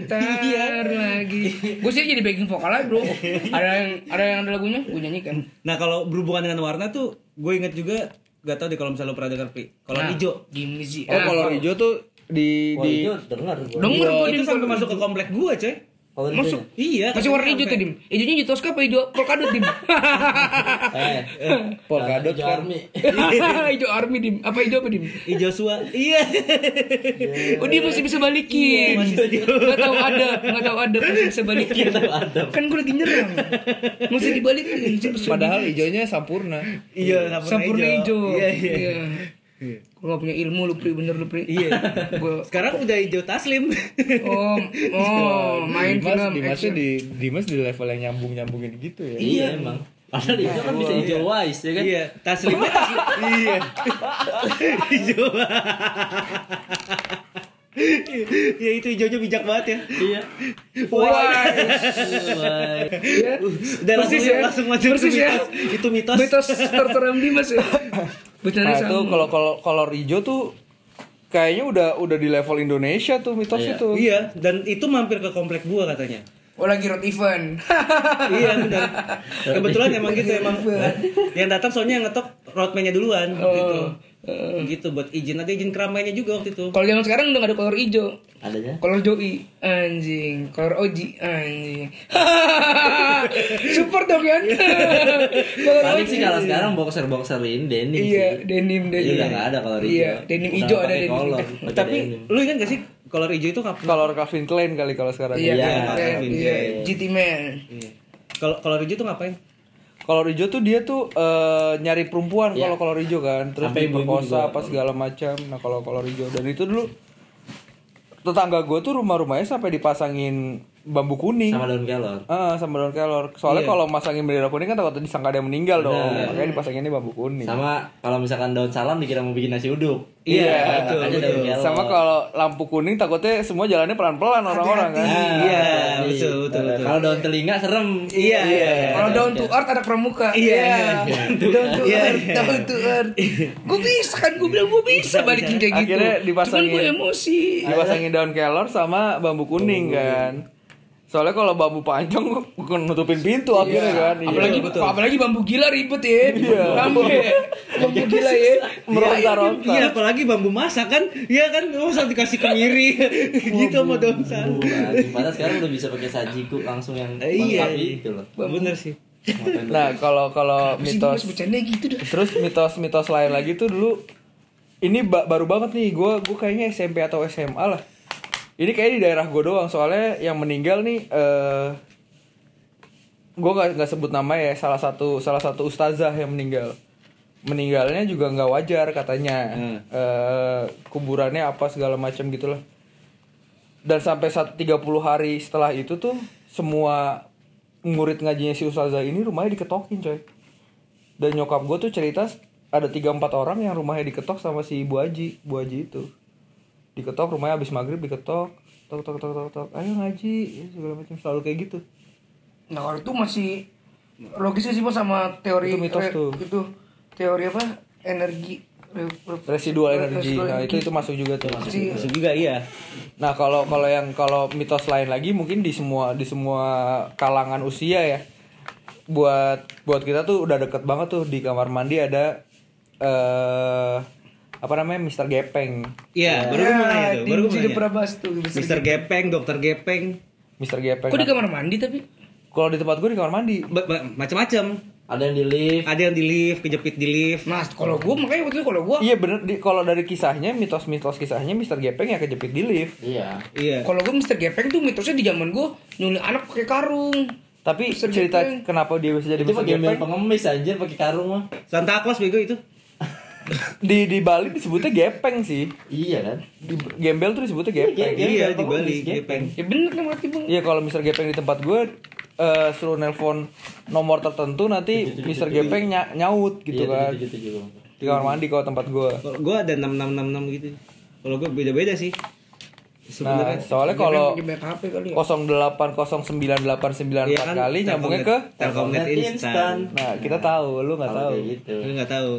S2: sebentar lagi gue sih jadi backing vokal aja bro ada yang ada yang ada lagunya gue nyanyikan
S1: Nah kalau berhubungan dengan warna tuh, gue inget juga gak tau deh kalau misalnya lo pernah denger Pi. Kalau
S2: Nah,
S1: hijau,
S2: gimana sih
S4: oh kalau hijau tuh di
S3: Wah,
S4: di
S3: itu dengar gua.
S2: denger gue
S1: itu
S2: dim
S1: sampai masuk ke komplek gue coy.
S3: Kalau itu
S2: masuk.
S3: ya.
S1: Iya.
S2: masih
S1: katanya
S2: warna hijau tuh
S1: sampai-
S2: dim hijaunya hijau toska apa hijau <laughs> polkadot dim
S3: Eh,
S4: polkadot
S3: hijau
S4: kan.
S3: army.
S2: hijau army dim apa hijau apa dim
S1: Hijau sua. Iya.
S2: Oh dia masih bisa balikin. Gak tau ada, gak tau ada masih bisa balikin. Kan gue lagi nyerang. Masih dibalikin.
S4: padahal hijaunya sampurna
S1: Iya.
S2: Sampurna hijau.
S1: Iya iya.
S2: Gue gak punya ilmu lu pri bener lu pri.
S1: Iya.
S2: Gue
S1: Sekarang udah hijau taslim.
S2: oh oh main
S4: Dimas,
S2: film.
S4: Dimasnya
S2: action.
S4: di Dimas di level yang nyambung nyambungin gitu ya
S3: Iya emang. Padahal hijau kan bisa hijau wise ya kan.
S1: Iya. Taslimnya taslim. Iya. Hijau. ya itu hijaunya bijak banget ya.
S3: Iya.
S1: Wah.
S3: Wah.
S1: Udah langsung,
S2: Persis ya.
S1: langsung maju ke mitos.
S2: Persis ya.
S1: Itu mitos.
S2: Mitos terseram
S1: <laughs>
S2: Dimas ya. Bener
S4: nah
S2: sama.
S4: itu kalau kalau kolor hijau tuh kayaknya udah udah di level Indonesia tuh mitos
S3: Iya.
S4: itu
S1: Iya, dan itu mampir ke komplek gua katanya.
S2: Oh lagi road event.
S1: iya benar. Kebetulan emang gitu emang. yang datang soalnya yang ngetok roadman-nya duluan waktu itu. Gitu buat izin nanti izin keramainya juga waktu itu.
S2: kalau zaman sekarang udah gak ada kolor hijau.
S3: Adanya.
S2: Kolor Joey anjing, kolor Oji anjing. <laughs> Super dong Yan. kolor
S3: Paling
S2: Oji.
S3: sih kalau sekarang boxer boxer ini denim
S2: Iya,
S3: sih.
S2: denim
S3: Iya,
S2: denim.
S3: udah nggak ada kalau
S2: Iya, denim hijau ada denim.
S3: Kolor,
S2: <laughs>
S3: pakai
S1: Tapi
S3: denim.
S1: lu ingat gak sih kolor hijau itu kapan?
S4: kolor Calvin Klein kali kalau sekarang
S2: Iya,
S4: ya.
S3: Iya,
S2: iya,
S1: Calvin
S2: iya,
S1: Klein.
S2: GT Man.
S1: Iya. Kalau kolor hijau itu ngapain?
S4: Kolor hijau tuh dia tuh eh, nyari perempuan
S3: Iya.
S4: kalau kolor hijau kan, terus
S3: Sampai ibu-ibu
S4: diperkosa
S3: juga.
S4: apa segala macam. Nah kalau kolor hijau dan itu dulu tetangga gue tuh rumah-rumahnya sampai dipasangin bambu kuning.
S3: sama Iya. daun kelor.
S4: Ah, sama daun kelor. Soalnya kalau masangin bendera kuning kan takut disangka ada yang meninggal dong. Makanya dipasanginnya bambu kuning. Sama,
S3: Sama kalau misalkan daun salam dikira mau bikin nasi uduk.
S1: Iya,
S3: betul,
S1: betul, betul.
S4: kalau lampu kuning takutnya semua jalannya pelan-pelan orang-orang kan.
S1: Iya, betul, betul, betul.
S3: Ah, Kalau daun telinga serem.
S1: Iya, iya.
S2: Kalau down to earth ada pramuka. Iya. Down to
S1: Iya.
S2: earth, down to earth. Gue bisa kan, gue bilang gue bisa balikin kayak gitu.
S4: Akhirnya
S2: Cuman
S4: dipasangin.
S2: gue emosi.
S1: iya.
S4: Dipasangin daun kelor sama bambu kuning kan. Soalnya kalau bambu panjang bukan nutupin pintu akhirnya kan. Iya.
S2: Apalagi
S1: <laughs>
S2: apalagi bambu gila ribet ya. Bambu bambu gila
S4: Iya.
S2: ya.
S4: meronta-ronta.
S1: Iya, apalagi bambu masak kan? Iya kan, masa dikasih kemiri gitu sama daun salam.
S3: Gimana Nah, sekarang udah bisa pakai sajiku langsung yang
S1: Iya,
S3: lengkap
S1: iya.
S3: itu loh.
S1: Bener sih.
S4: Nah, kalau kalau
S2: Sih, gue
S4: mitos
S2: bercanda gitu dah.
S4: terus mitos-mitos lain lagi tuh dulu ini ba- baru banget nih gue gue kayaknya SMP atau SMA lah. Ini kayaknya di daerah gue doang soalnya yang meninggal nih eh gue nggak nggak sebut nama ya salah satu salah satu ustazah yang meninggal meninggalnya juga nggak wajar katanya Eh, kuburannya apa segala macam gitulah dan sampai saat 30 hari setelah itu tuh semua murid ngajinya si ustazah ini rumahnya diketokin coy dan nyokap gue tuh cerita ada 3-4 orang yang rumahnya diketok sama si Bu Haji Bu Haji itu diketok rumahnya habis maghrib diketok tok tok tok tok tok ayo ngaji ya, segala macam selalu kayak gitu
S2: Nah kalau itu masih logis gak sih Bos, sama teori
S4: Itu mitos
S2: re-
S4: tuh.
S2: itu teori apa energi re- re-
S4: residual
S2: re-
S4: energi
S2: residual
S4: nah itu itu masuk juga tuh
S2: energi.
S1: Masuk juga iya.
S4: Nah kalau kalau yang kalau mitos lain lagi mungkin di semua di semua kalangan usia ya buat buat kita tuh udah deket banget tuh di kamar mandi ada eh apa namanya Mr. Gepeng.
S1: Iya, baru gue mau nanya tuh, baru gue
S2: Dinci
S1: mau
S2: udah
S1: nanya.
S2: pernah bahas tuh. Bisa-
S1: Mister Gepeng, Dokter Gepeng,
S4: Mr. Gepeng.
S2: Kok di kamar mandi tapi?
S4: Kalau di tempat gue di kamar mandi.
S1: ba- ba- macam-macam.
S3: Ada yang di lift.
S1: Ada yang di lift, kejepit di lift.
S2: Nah, kalau gua makanya waktu itu kalau gua
S4: Iya bener di kalau dari kisahnya mitos-mitos kisahnya Mr. Gepeng ya kejepit di lift.
S3: Iya.
S1: Iya.
S2: kalau gua Mr. Gepeng tuh mitosnya di zaman gua nyulik anak pakai karung.
S4: Tapi
S2: Mr.
S4: cerita
S2: Gepeng.
S4: kenapa dia bisa jadi
S3: Itu
S4: Mr.
S3: pakai
S4: Gepeng
S3: mil pengemis anjir pakai karung mah.
S1: Santa Claus bego itu.
S4: di di Bali disebutnya Gepeng sih.
S3: Iya kan?
S4: Di gembel tuh disebutnya Gepeng.
S3: Iya,
S1: Iya,
S3: iya,
S1: di Bali,
S3: Gepeng.
S1: Gepeng.
S2: Ya bener kan berarti Bang.
S4: Iya kalau Mr. Gepeng di tempat gue eh suruh nelpon nomor tertentu nanti Mr. Gepeng nya- nyaut gitu kan.
S3: Iya, gitu juga.
S4: Di kamar mandi kalau tempat gue.
S1: Kalau gue ada 6666 gitu. Kalau gue beda-beda sih.
S4: Nah,
S1: Sebenarnya.
S4: soalnya kalau
S2: Gepeng pakai HP kali ya.
S4: 08098994
S1: Iya kan,
S4: kali nyambungnya ke
S1: Telkomnet Instan.
S4: Nah, kita tahu, lu nggak
S3: Kalau
S4: tahu.
S3: kayak gitu.
S1: Lu nggak tahu.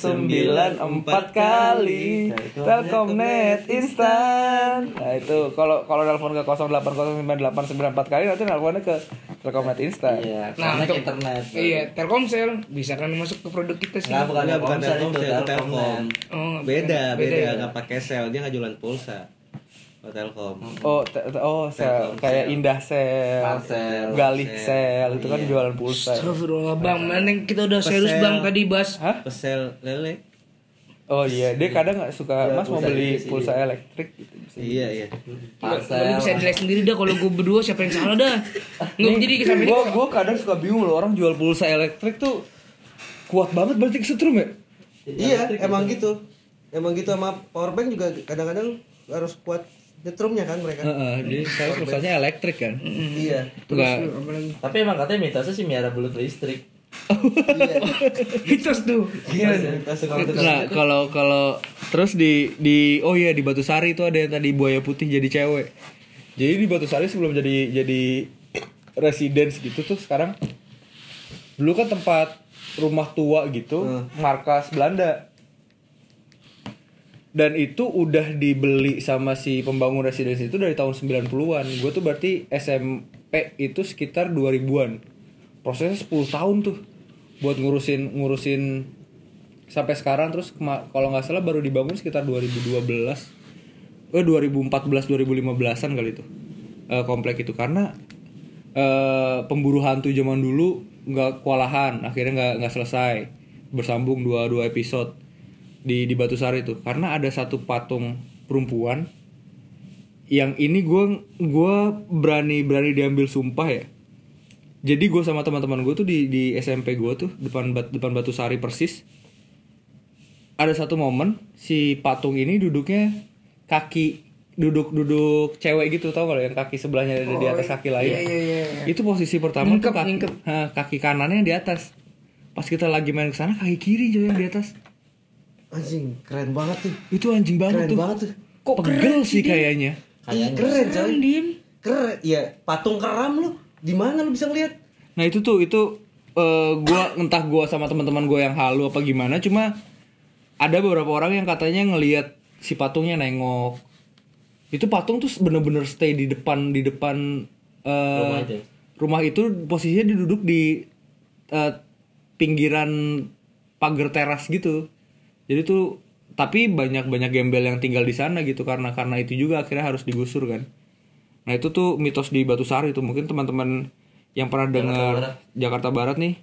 S4: 0980994 kali Telkomnet instan. Nah itu kalau kalau telepon ke 0809894 kali nanti teleponnya ke Telkomnet instan.
S3: Iya,
S2: Nah,
S3: karena
S2: untuk-
S3: internet. kan.
S2: Iya, Telkomsel bisa kan masuk ke produk kita sih.
S3: Nggak, bukan
S1: Enggak, bukan
S3: Telkomsel, itu
S1: Telkomsel, itu Telkom.
S3: Telkomnet.
S2: Oh,
S1: Beda,
S2: ya?
S1: beda, nggak pakai sel, dia nggak jualan pulsa. Kalau Telkom.
S4: Oh, te- te- oh sel kayak Indah sel,
S3: Marcel,
S4: Galih
S1: Marcel.
S4: sel, itu kan jualan pulsa.
S2: Astagfirullah bang, mana yang kita udah serius
S1: Pesel.
S2: bang tadi bahas
S4: Hah?
S1: Pesel lele.
S4: Oh iya, dia kadang nggak suka Mas mau
S3: pulsa
S4: beli
S3: juga sih,
S4: pulsa elektrik. gitu.
S1: Iya, iya.
S2: Lu bisa
S3: Parcel.
S2: nilai sendiri dah kalau gue berdua siapa yang salah dah Nggak jadi sampai ini
S4: Gua gua kadang suka bingung loh orang jual pulsa elektrik tuh kuat banget berarti kesetrum ya.
S1: Iya, emang gitu. Emang gitu sama powerbank juga kadang-kadang harus kuat nyetrumnya kan mereka.
S4: Heeh, jadi sekarang pulsanya elektrik kan.
S1: Iya.
S4: Nggak.
S2: <laughs>
S3: Tapi emang katanya mitosnya sih miara belut listrik.
S2: Hitos tuh
S1: Iya,
S4: Nah, kalau kalau terus di di oh iya di Batu Sari itu ada yang tadi buaya putih jadi cewek. Jadi di Batu Sari sebelum jadi jadi residence gitu tuh sekarang dulu kan tempat rumah tua gitu, markas Belanda. Dan itu udah dibeli sama si pembangun residence itu dari tahun 90-an. Gue tuh berarti SMP itu sekitar 2000-an. Prosesnya 10 tahun tuh buat ngurusin ngurusin sampai sekarang terus kema- kalau nggak salah baru dibangun sekitar 2012. Eh 2014 2015-an kali itu. Eh, komplek itu karena eh pemburu hantu zaman dulu nggak kewalahan, akhirnya nggak nggak selesai. Bersambung dua dua episode di di Batu Sari itu karena ada satu patung perempuan yang ini gue gua berani berani diambil sumpah ya jadi gue sama teman-teman gue tuh di di SMP gue tuh depan bat- depan Batu Sari persis ada satu momen si patung ini duduknya kaki duduk duduk cewek gitu tau kalau yang kaki sebelahnya ada di atas kaki lain
S2: iya, iya,
S4: itu posisi pertama
S2: Nyingkep,
S4: tuh kaki,
S2: nyingkep.
S4: Hah, kaki kanannya yang di atas pas kita lagi main kesana kaki kiri aja yang di atas
S1: Anjing, keren banget tuh.
S4: itu anjing banget
S1: Keren
S4: tuh
S1: banget tuh.
S4: kok pegel sih kayaknya
S1: Iya, keren, coy.
S2: Diem
S1: Keren. Iya, patung keram lu. Di mana lu bisa ngeliat?
S4: nah itu tuh itu eh, gua entah gua sama teman-teman gua yang halu apa gimana cuma ada beberapa orang yang katanya ngelihat si patungnya nengok itu patung tuh bener-bener stay di depan di depan eh,
S3: Rumah itu.
S4: rumah itu posisinya dia duduk di eh, pinggiran pagar teras gitu jadi tuh tapi banyak banyak gembel yang tinggal di sana gitu karena karena itu juga akhirnya harus digusur kan nah itu tuh mitos di Batu Sari tuh mungkin teman-teman yang pernah dengar Jakarta Barat nih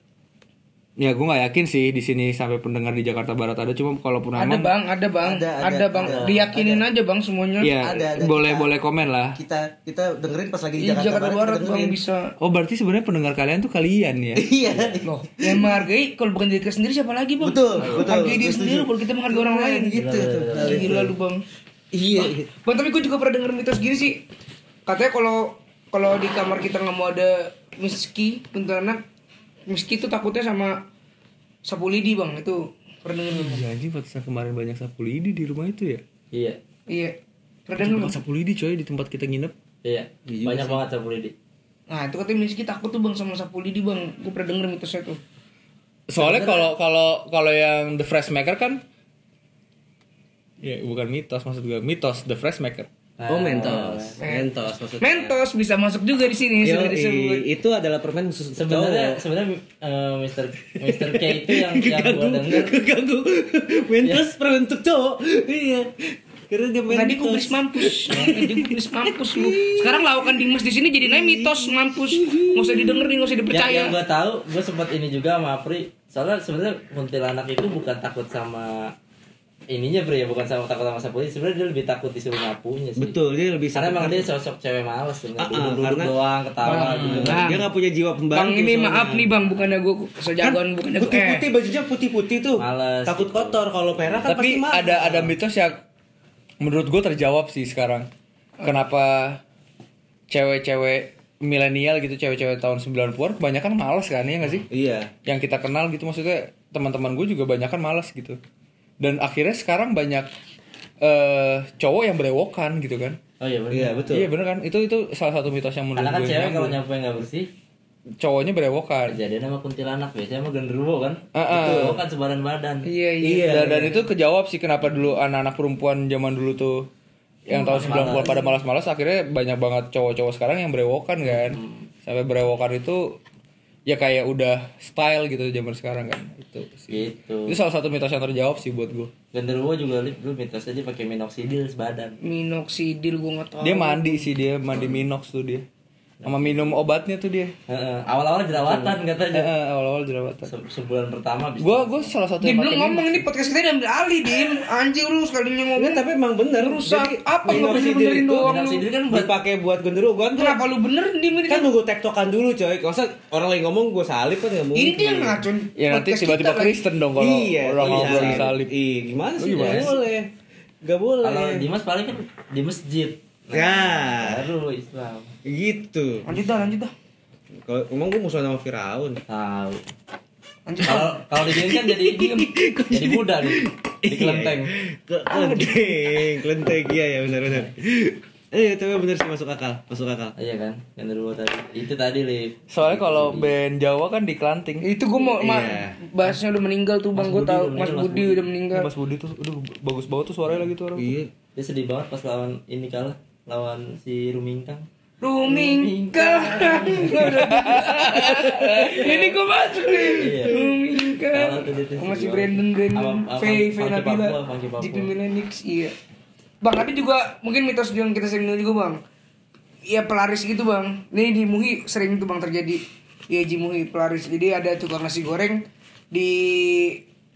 S4: ya gue nggak yakin sih di sini sampai pendengar di Jakarta Barat ada cuma kalaupun
S2: Ada
S4: aman
S2: bang, ada bang, ada,
S1: Ada, ada,
S2: bang
S1: ada,
S2: Diyakinin aja bang semuanya
S4: ya
S1: Ada, ada,
S4: boleh
S1: kita-
S4: boleh komen lah
S1: Kita kita dengerin pas lagi di
S2: Di
S1: Jakarta,
S2: Iya, Jakarta Barat
S1: kita
S2: bang
S1: dengerin.
S2: bisa
S4: oh berarti sebenarnya pendengar kalian tuh kalian ya
S1: Iya.
S2: Loh, yang menghargai kalau bukan diri kita sendiri siapa lagi bang?
S1: Betul, betul.
S2: Hargai
S1: Gua
S2: diri
S1: setuju.
S2: sendiri kalau kita menghargai orang lain
S1: Gitu tuh.
S2: Gila lu bang
S1: Iya.
S2: Bang tapi gue juga pernah denger mitos gini sih Katanya kalau kalau di kamar kita nggak mau ada miski kuntilanak Miski itu takutnya sama sapu lidi bang itu Pernah denger nggak, Bang?
S4: Ya anjing pantesan kemarin banyak sapu lidi di rumah itu ya.
S3: Iya.
S2: Iya Pernah denger
S4: Tempat
S2: nggak?
S4: sapu lidi coy di tempat kita nginep.
S3: Iya. Banyak banget sapu lidi.
S2: Nah itu katanya miski takut tuh bang sama sapu lidi bang Gue pernah denger mitosnya tuh
S4: Soalnya kalau kalau kalau yang The Fresh Maker kan ya bukan mitos maksud gue mitos The Fresh Maker
S1: Oh mentos, mentos maksudnya.
S2: Mentos bisa masuk juga di sini sudah
S1: Yoi,
S2: disebut.
S1: itu adalah permen khusus untuk
S3: sebenarnya
S1: cowok.
S3: sebenarnya eh, Mr. Mr. K itu
S1: <laughs>
S3: yang yang gua denger
S1: keganggu mentos permen untuk cowok iya karena dia mentos
S2: Tadi ku beris mampus. Tadi ku beris mampus lu. Sekarang lawakan Dimas di sini jadi naik mitos mampus. Enggak usah didengerin, enggak usah
S3: yang,
S2: dipercaya.
S3: yang gue tahu gue sempat ini juga sama Apri soalnya sebenarnya kuntilanak itu bukan takut sama ininya Pri ya bukan sama takut sama sapu lidi. sebenarnya dia lebih takut disuruh nyapunya sih
S1: betul dia lebih
S3: karena emang dia
S1: sakit.
S3: sosok cewek males
S1: Ah,
S3: sebenarnya
S1: ah,
S3: duduk duduk
S1: karena-
S3: doang
S2: Ah.
S3: ketawa gitu
S1: dia nggak punya jiwa pembantu
S2: Bang ini
S1: soalnya.
S2: maaf nih Bang, bukannya gua sejagoan bukannya gua. Eh,
S1: Kan putih-putih bajunya putih-putih tuh
S3: Males.
S1: takut kotor kalau merah kan
S4: tapi
S1: pasti mah
S4: ada ada mitos yang menurut gue terjawab sih sekarang kenapa cewek-cewek milenial gitu cewek-cewek tahun 90-an kebanyakan malas kan ya nggak sih
S1: iya
S4: yang kita kenal gitu maksudnya teman-teman gue juga banyak kan malas gitu dan akhirnya sekarang banyak eh cowok yang berewokan gitu kan
S3: oh iya benar
S1: iya betul
S4: iya bener kan itu itu salah satu mitos yang menurut
S3: karena kan
S4: gue
S3: cewek kalau
S4: nyambung.
S3: nyapu yang nggak bersih
S4: cowoknya berewokan
S3: kejadian sama kuntilanak biasanya sama genderuwo kan
S4: Ah, ah.
S3: genderuwo kan sebaran badan
S2: Iya, iya.
S1: iya
S4: dan, dan itu kejawab sih kenapa dulu anak-anak perempuan zaman dulu tuh yang tahun 90 pada malas-malas akhirnya banyak banget cowok-cowok sekarang yang berewokan kan.
S2: Hmm.
S4: Sampai berewokan itu ya kayak udah style gitu zaman sekarang kan. Itu sih.
S3: gitu
S4: Itu salah satu mitos yang terjawab sih buat gue.
S3: genderuwo juga lip lu mitosnya dia pakai minoxidil sebadan
S2: minoksidil gua enggak tahu.
S4: Dia mandi sih dia mandi minox tuh dia. Sama minum obatnya tuh dia.
S3: Heeh, awal-awal
S4: Eh,
S3: jerawatan katanya
S4: eh, awal-awal jerawatan.
S3: Se- sebulan pertama bisa
S4: Gua gua salah satu
S2: Dia
S4: yang
S2: belum
S4: pakai
S2: ngomong ini podcast kita diambil alih, Dim. Anjing lu sekalinya
S1: Enggak,
S2: ngomong.
S1: tapi emang bener
S2: Rusak. Apa nggak
S1: minoxidil
S2: bener-benerin
S1: itu
S2: doang lu?
S3: minoxidil kan buat
S1: dipakai buat genderuwo gua kan
S2: Kenapa lu bener Dim ini?
S1: kan nunggu tektokan dulu coy kalau usah orang lagi ngomong gue salip kan nggak mungkin
S2: Ini dia yang ngacun.
S4: Ya nanti
S2: podcast
S4: tiba-tiba
S2: kita kan? lagi.
S4: Kristen dong kalau orang ngobrol
S1: iya.
S4: disalib.
S1: Iya, gimana sih?
S4: Lu
S1: Gak
S4: gimana sih?
S1: boleh. Gak boleh.
S3: kalau Dimas paling kan di masjid
S1: Nah,
S3: baru Islam
S1: gitu.
S2: Lanjut dah, lanjut dah.
S1: Kalau emang gue musuhan sama Firaun.
S3: tahu
S2: Lanjut. dah.
S3: kalau kalau diginiin kan jadi diem jadi muda nih di
S1: Iya.
S3: kelenteng
S2: Ah,
S1: Ke kelenteng, <laughs> kelenteng iya ya benar-benar. Eh, tapi benar sih masuk akal, masuk akal.
S3: iya kan genderuwo tadi itu tadi lip
S4: Soalnya kalau band Jawa kan di Kelanting.
S2: Itu gua mau ma-
S1: Iya.
S2: bahasnya udah meninggal tuh Bang, gua
S3: Budi
S2: tahu
S3: udah
S2: Mas
S3: meninggal, Mas
S2: Budi
S3: Budi.
S2: udah meninggal.
S4: Mas Budi tuh aduh bagus banget tuh suaranya lagi tuh orang.
S1: Iya.
S3: dia sedih banget pas lawan ini kalah lawan si Rumingkang
S2: Rumingka
S3: <laughs>
S2: Ini gue masuk nih
S3: Iya.
S2: Rumingka
S3: Salah tuh dia tuh,
S2: Sama si
S3: Sibion.
S2: Brandon Brandon
S3: Sama- sama
S2: Faye
S3: Funky
S2: Faye Nabila
S3: Papua, Funky Papua.
S2: JP Milenix Iya Bang tapi juga mungkin mitos yang kita sering dengar juga bang Iya pelaris gitu bang Ini di Muhi sering tuh bang terjadi Iya di Muhi pelaris Jadi ada tukang nasi goreng Di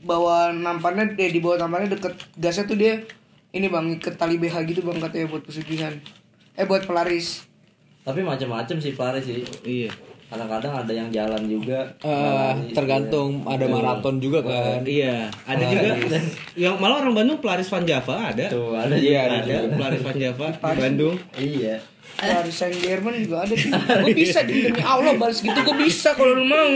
S2: bawah nampannya eh, di bawah nampannya deket gasnya tuh dia ini bang ikat tali BH gitu bang katanya buat pesugihan eh buat pelaris
S3: tapi macam-macam sih Paris sih
S1: Iya.
S3: kadang-kadang ada yang jalan juga
S4: Eh, tergantung ada
S3: Iya.
S4: maraton juga kan.
S1: Iya, ada
S2: Ah,
S1: juga yang malah orang Bandung Pelaris Van Java ada.
S3: tuh ada
S4: Iya,
S3: juga.
S1: Ada Pelaris Van Java di Bandung.
S3: iya
S2: Paris Saint Germain juga ada Gue bisa Dim. demi Allah balas gitu gue bisa kalau lu mau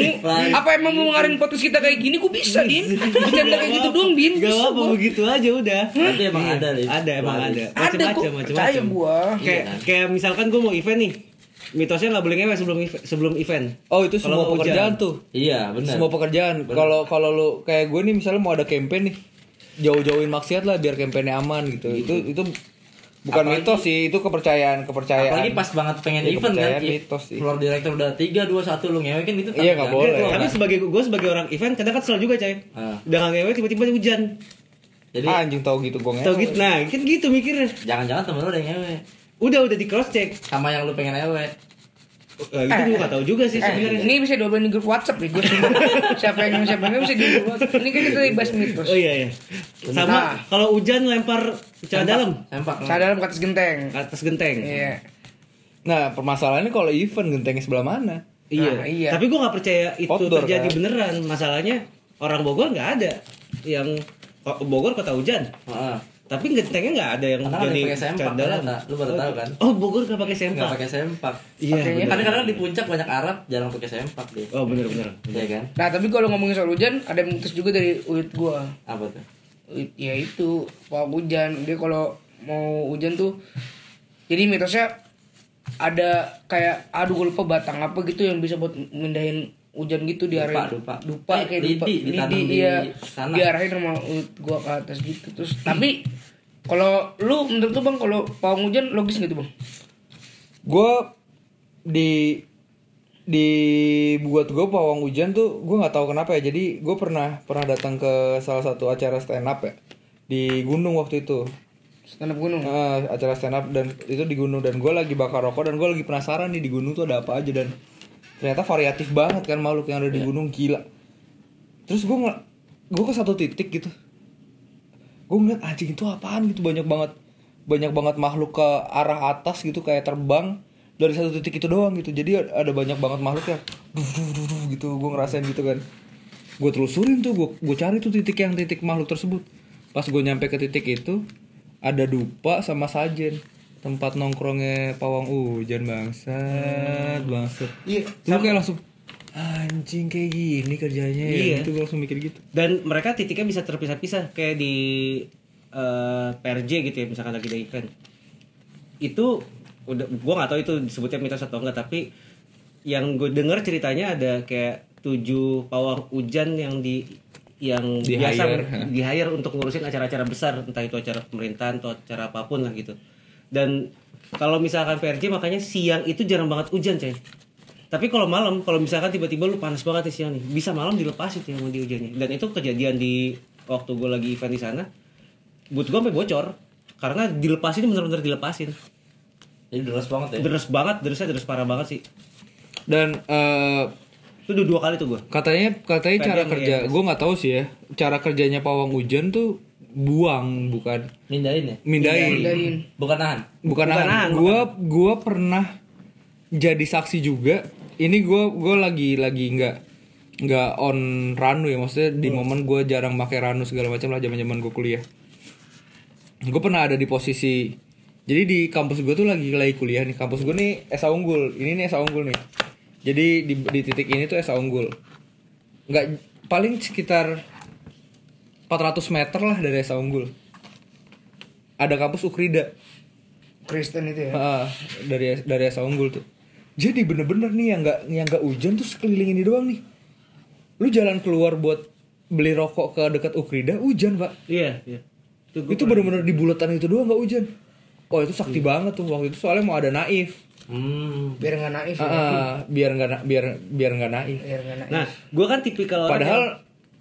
S2: Apa emang lu ngarin podcast kita kayak gini gue bisa Din Bercanda kayak gitu doang Din
S1: Gak
S2: Bisa
S1: apa
S2: gua.
S1: begitu aja udah.
S3: tapi emang ada lip
S1: Ada emang ada.
S3: Polaris.
S2: Ada
S1: Macam-macam
S2: gue percaya
S1: macam-macam.
S2: gue
S1: kayak
S3: Iya kan?
S1: kayak misalkan gue mau event nih mitosnya nggak boleh ngewe sebelum ev- sebelum event
S4: Oh itu
S1: Kalau
S4: semua
S1: nggak
S4: pekerjaan
S1: hujan.
S4: tuh.
S3: iya benar
S4: Semua pekerjaan. Kalau kalau lu kayak gue nih misalnya mau ada campaign nih, jauh-jauhin maksiat lah biar campaignnya aman gitu.
S3: Iya.
S4: Itu itu bukan mitos sih, itu kepercayaan kepercayaan.
S3: Apalagi pas banget pengen
S4: Ya,
S3: event kan.
S4: kepercayaan
S3: i-
S4: mitos sih.
S3: Floor director udah 3 2 1 lu ngewe kan gitu.
S4: Iya, nggak
S3: takut
S4: boleh.
S3: kan?
S1: tapi sebagai gue sebagai orang event kadang kan selalu juga coy
S3: Ah.
S1: udah nggak ngewe tiba-tiba hujan
S3: Jadi
S4: Ah, anjing tahu gitu gue ngewe.
S1: tau gitu nah kan gitu mikirnya
S3: jangan-jangan temen lu ada yang ngewe
S1: udah udah di cross check
S3: sama yang lu pengen ngewe.
S1: Eh, itu gue nggak tahu juga sih
S2: Eh,
S1: sebenarnya
S2: ini bisa diobrolin di grup WhatsApp
S1: <laughs>
S2: nih gue siapa yang siapa yang nggak bisa di grup WhatsApp. Ini kan kita bahas mitos.
S1: oh iya iya sama
S2: Nah.
S1: kalau hujan lempar cara dalam
S3: Sempak.
S2: Saya dalam kata genteng.
S1: ke atas genteng
S2: Iya.
S4: Nah, permasalahannya kalau event gentengnya sebelah mana?
S1: Iya.
S2: Nah, iya.
S1: Tapi gue nggak percaya itu
S4: Outdoor,
S1: terjadi
S4: kan?
S1: beneran. Masalahnya orang Bogor nggak ada yang oh, Bogor kota hujan.
S3: Heeh.
S1: Tapi gentengnya nggak ada yang
S3: Karena ada
S1: jadi
S3: yang pakai sempak
S1: canda lah.
S3: ternyata. Lu baru tahu kan?
S1: Oh Bogor nggak pakai sempak.
S3: Enggak pakai sempak.
S1: Iya.
S2: Pakainya
S1: bener.
S3: Kadang-kadang di puncak banyak Arab jarang pakai sempak deh.
S1: Oh bener bener.
S3: Iya kan?
S2: Nah tapi kalau ngomongin soal hujan ada mitos juga dari uyut gue.
S3: Apa tuh?
S2: ya itu kalau hujan dia kalau mau hujan tuh jadi mitosnya ada kayak aduh gue lupa batang apa gitu yang bisa buat mindahin hujan gitu di area
S3: Dupa, dupa.
S2: dupa
S3: Eh,
S2: kayak
S3: lidi,
S2: dupa
S3: ditanam di
S2: iya
S3: tanah.
S2: diarahin sama gua ke atas gitu terus tapi Kalau lu menurut lu bang kalau pawang hujan logis gitu bang?
S4: gue di di buat gue pawang hujan tuh gue nggak tahu kenapa ya jadi gue pernah pernah datang ke salah satu acara stand up ya di gunung waktu itu
S2: Stand up gunung.
S4: Eh, acara stand up dan itu di gunung dan gue lagi bakar rokok dan gue lagi penasaran nih di gunung tuh ada apa aja dan ternyata variatif banget kan makhluk yang ada di gunung gila terus gue nggak gue ke satu titik gitu gue ngeliat anjing itu apaan gitu banyak banget banyak banget makhluk ke arah atas gitu kayak terbang dari satu titik itu doang gitu jadi ada banyak banget makhluk yang duh, duh, duh, duh, gitu gue ngerasain gitu kan gue telusurin tuh gue gue cari tuh titik yang titik makhluk tersebut pas gue nyampe ke titik itu ada dupa sama sajen tempat nongkrongnya pawang hujan bangsat bangsat
S1: Iya,
S4: gue kayak langsung anjing kayak gini kerjanya ya
S1: Iya.
S4: gitu gue langsung mikir gitu
S1: dan mereka titiknya bisa terpisah-pisah kayak di eh, PRJ gitu ya misalkan lagi ada event itu udah gua nggak tahu itu disebutnya mitos atau enggak tapi yang gue denger ceritanya ada kayak tujuh pawang hujan yang di yang
S4: Di
S1: biasa
S4: hire,
S1: men- di hire untuk ngurusin acara-acara besar entah itu acara pemerintahan atau acara apapun lah gitu dan kalau misalkan PRJ makanya siang itu jarang banget hujan coy tapi kalau malam kalau misalkan tiba-tiba lu panas banget nih siang nih bisa malam dilepas itu yang mau di hujannya dan itu kejadian di waktu gue lagi event di sana but gue sampai bocor karena dilepasin bener-bener dilepasin
S3: Jadi deras banget
S4: Iya.
S3: ya.
S1: deres banget deresnya deres parah banget sih
S4: dan eh,
S1: itu udah dua kali tuh gue
S4: katanya katanya cara kerja gue nggak tahu sih ya cara kerjanya pawang hujan tuh buang bukan
S3: Nindain ya?
S2: Iya,
S4: mindahin
S2: Pindahin.
S3: Bukan nahan.
S4: bukan nahan gue gue pernah jadi saksi juga ini gue gue lagi lagi nggak nggak on ranu ya maksudnya di momen gue jarang pakai ranu segala macam lah zaman zaman gue kuliah gue pernah ada di posisi jadi di kampus gue tuh lagi lagi kuliah nih kampus gue nih esa unggul ini nih esa unggul nih jadi di, di titik ini tuh esa unggul nggak paling sekitar 400 meter lah dari esa unggul ada kampus ukrida
S2: Kristen itu ya.
S3: Eh.
S4: Ah, dari dari asa unggul tuh. Jadi bener-bener nih yang nggak yang nggak hujan tuh sekeliling ini doang nih. Lu jalan keluar buat beli rokok ke dekat Ukrida hujan pak.
S1: iya iya itu gua
S4: itu bener-bener di bulatan itu doang nggak hujan. Oh itu sakti
S3: Iya.
S4: banget tuh waktu itu soalnya mau ada naif.
S3: Hmm.
S2: Biar nggak naif.
S4: Ah,
S2: ya.
S4: ah, biar nggak na- biar biar nggak naif.
S2: Biar nggak naif.
S1: nah gue kan tipikal orang yang-
S4: Padahal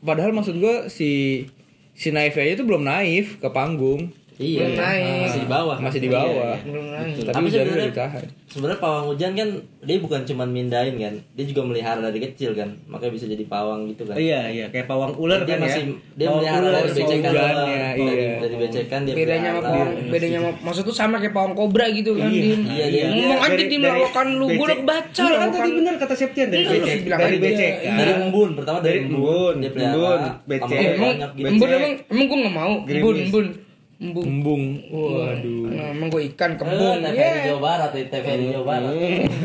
S4: padahal maksud gua si si naif aja tuh belum naif ke panggung.
S3: Iya.
S2: Belum naik.
S3: Masih di bawah.
S4: Masih di
S3: Iya,
S4: bawah.
S3: iya.
S2: Belum naif.
S4: Tapi,
S3: Tapi
S4: hujannya udah
S3: sebenarnya-
S4: ditahan.
S3: Sebenarnya pawang hujan kan dia bukan cuman mindain kan, dia juga melihara dari kecil kan, makanya bisa jadi pawang gitu kan.
S1: iya iya kayak pawang ular
S3: dia
S1: kan
S3: masih
S1: ya
S3: dia
S1: Pawang
S3: melihara dari kan.
S1: pawang
S2: kan.
S1: ular.
S3: becekan doang.
S4: hujannya,
S3: Dari-
S4: iya.
S3: dari becekan dia
S2: bedanya sama
S3: pelihara.
S2: pawang, bedanya sama maksud tuh sama kayak pawang kobra gitu kan. Dim.
S3: Iya, iya.
S2: Ngomong aja
S1: Dari-
S2: Dim
S1: dari-
S2: lakukan lu,
S1: BC.
S2: gue udah baca
S1: Enggak, kan
S2: lakukan-
S1: tadi benar kata Septian dari
S2: Enggak, lu
S1: BC
S2: sih bilang
S1: dari
S2: aja. Iya,
S1: BC
S3: dari embun pertama dari
S1: Dari embun,
S3: embun dia pelihara
S1: embun, becek.
S3: tambah
S2: Eh, emang,
S3: banyak gitu.
S1: becek.
S2: embun emang, emang gue nggak mau. Embun,
S1: Gerimis.
S2: embun, embun.
S4: Embung. Waduh.
S2: Nah, emang gue ikan
S3: Embun
S2: kembung.
S3: TVRI
S2: Yeah.
S3: Jawa Barat, ya, TVRI Jawa Barat.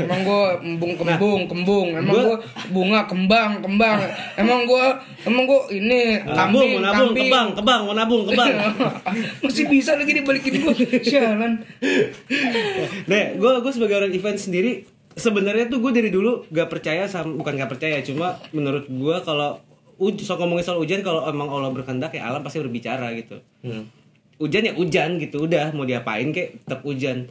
S2: Emang gue embung kembung kembung. Emang gue bunga kembang kembang. Emang gue emang gue ini
S1: Nah, Nabung,
S2: kambing
S1: mau nabung,
S2: kambing. <laughs>
S1: kebang, kebang, mau nabung, kebang.
S2: Masih bisa lagi dibalikin gue. Sialan.
S1: Nah, gue gue sebagai orang event sendiri sebenarnya tuh gue dari dulu gak percaya sama bukan gak percaya cuma menurut gue kalau uj- so ngomongin soal hujan kalau emang Allah berkehendak ya alam pasti berbicara gitu.
S3: Hmm.
S1: hujan ya hujan gitu udah mau diapain kek tetap hujan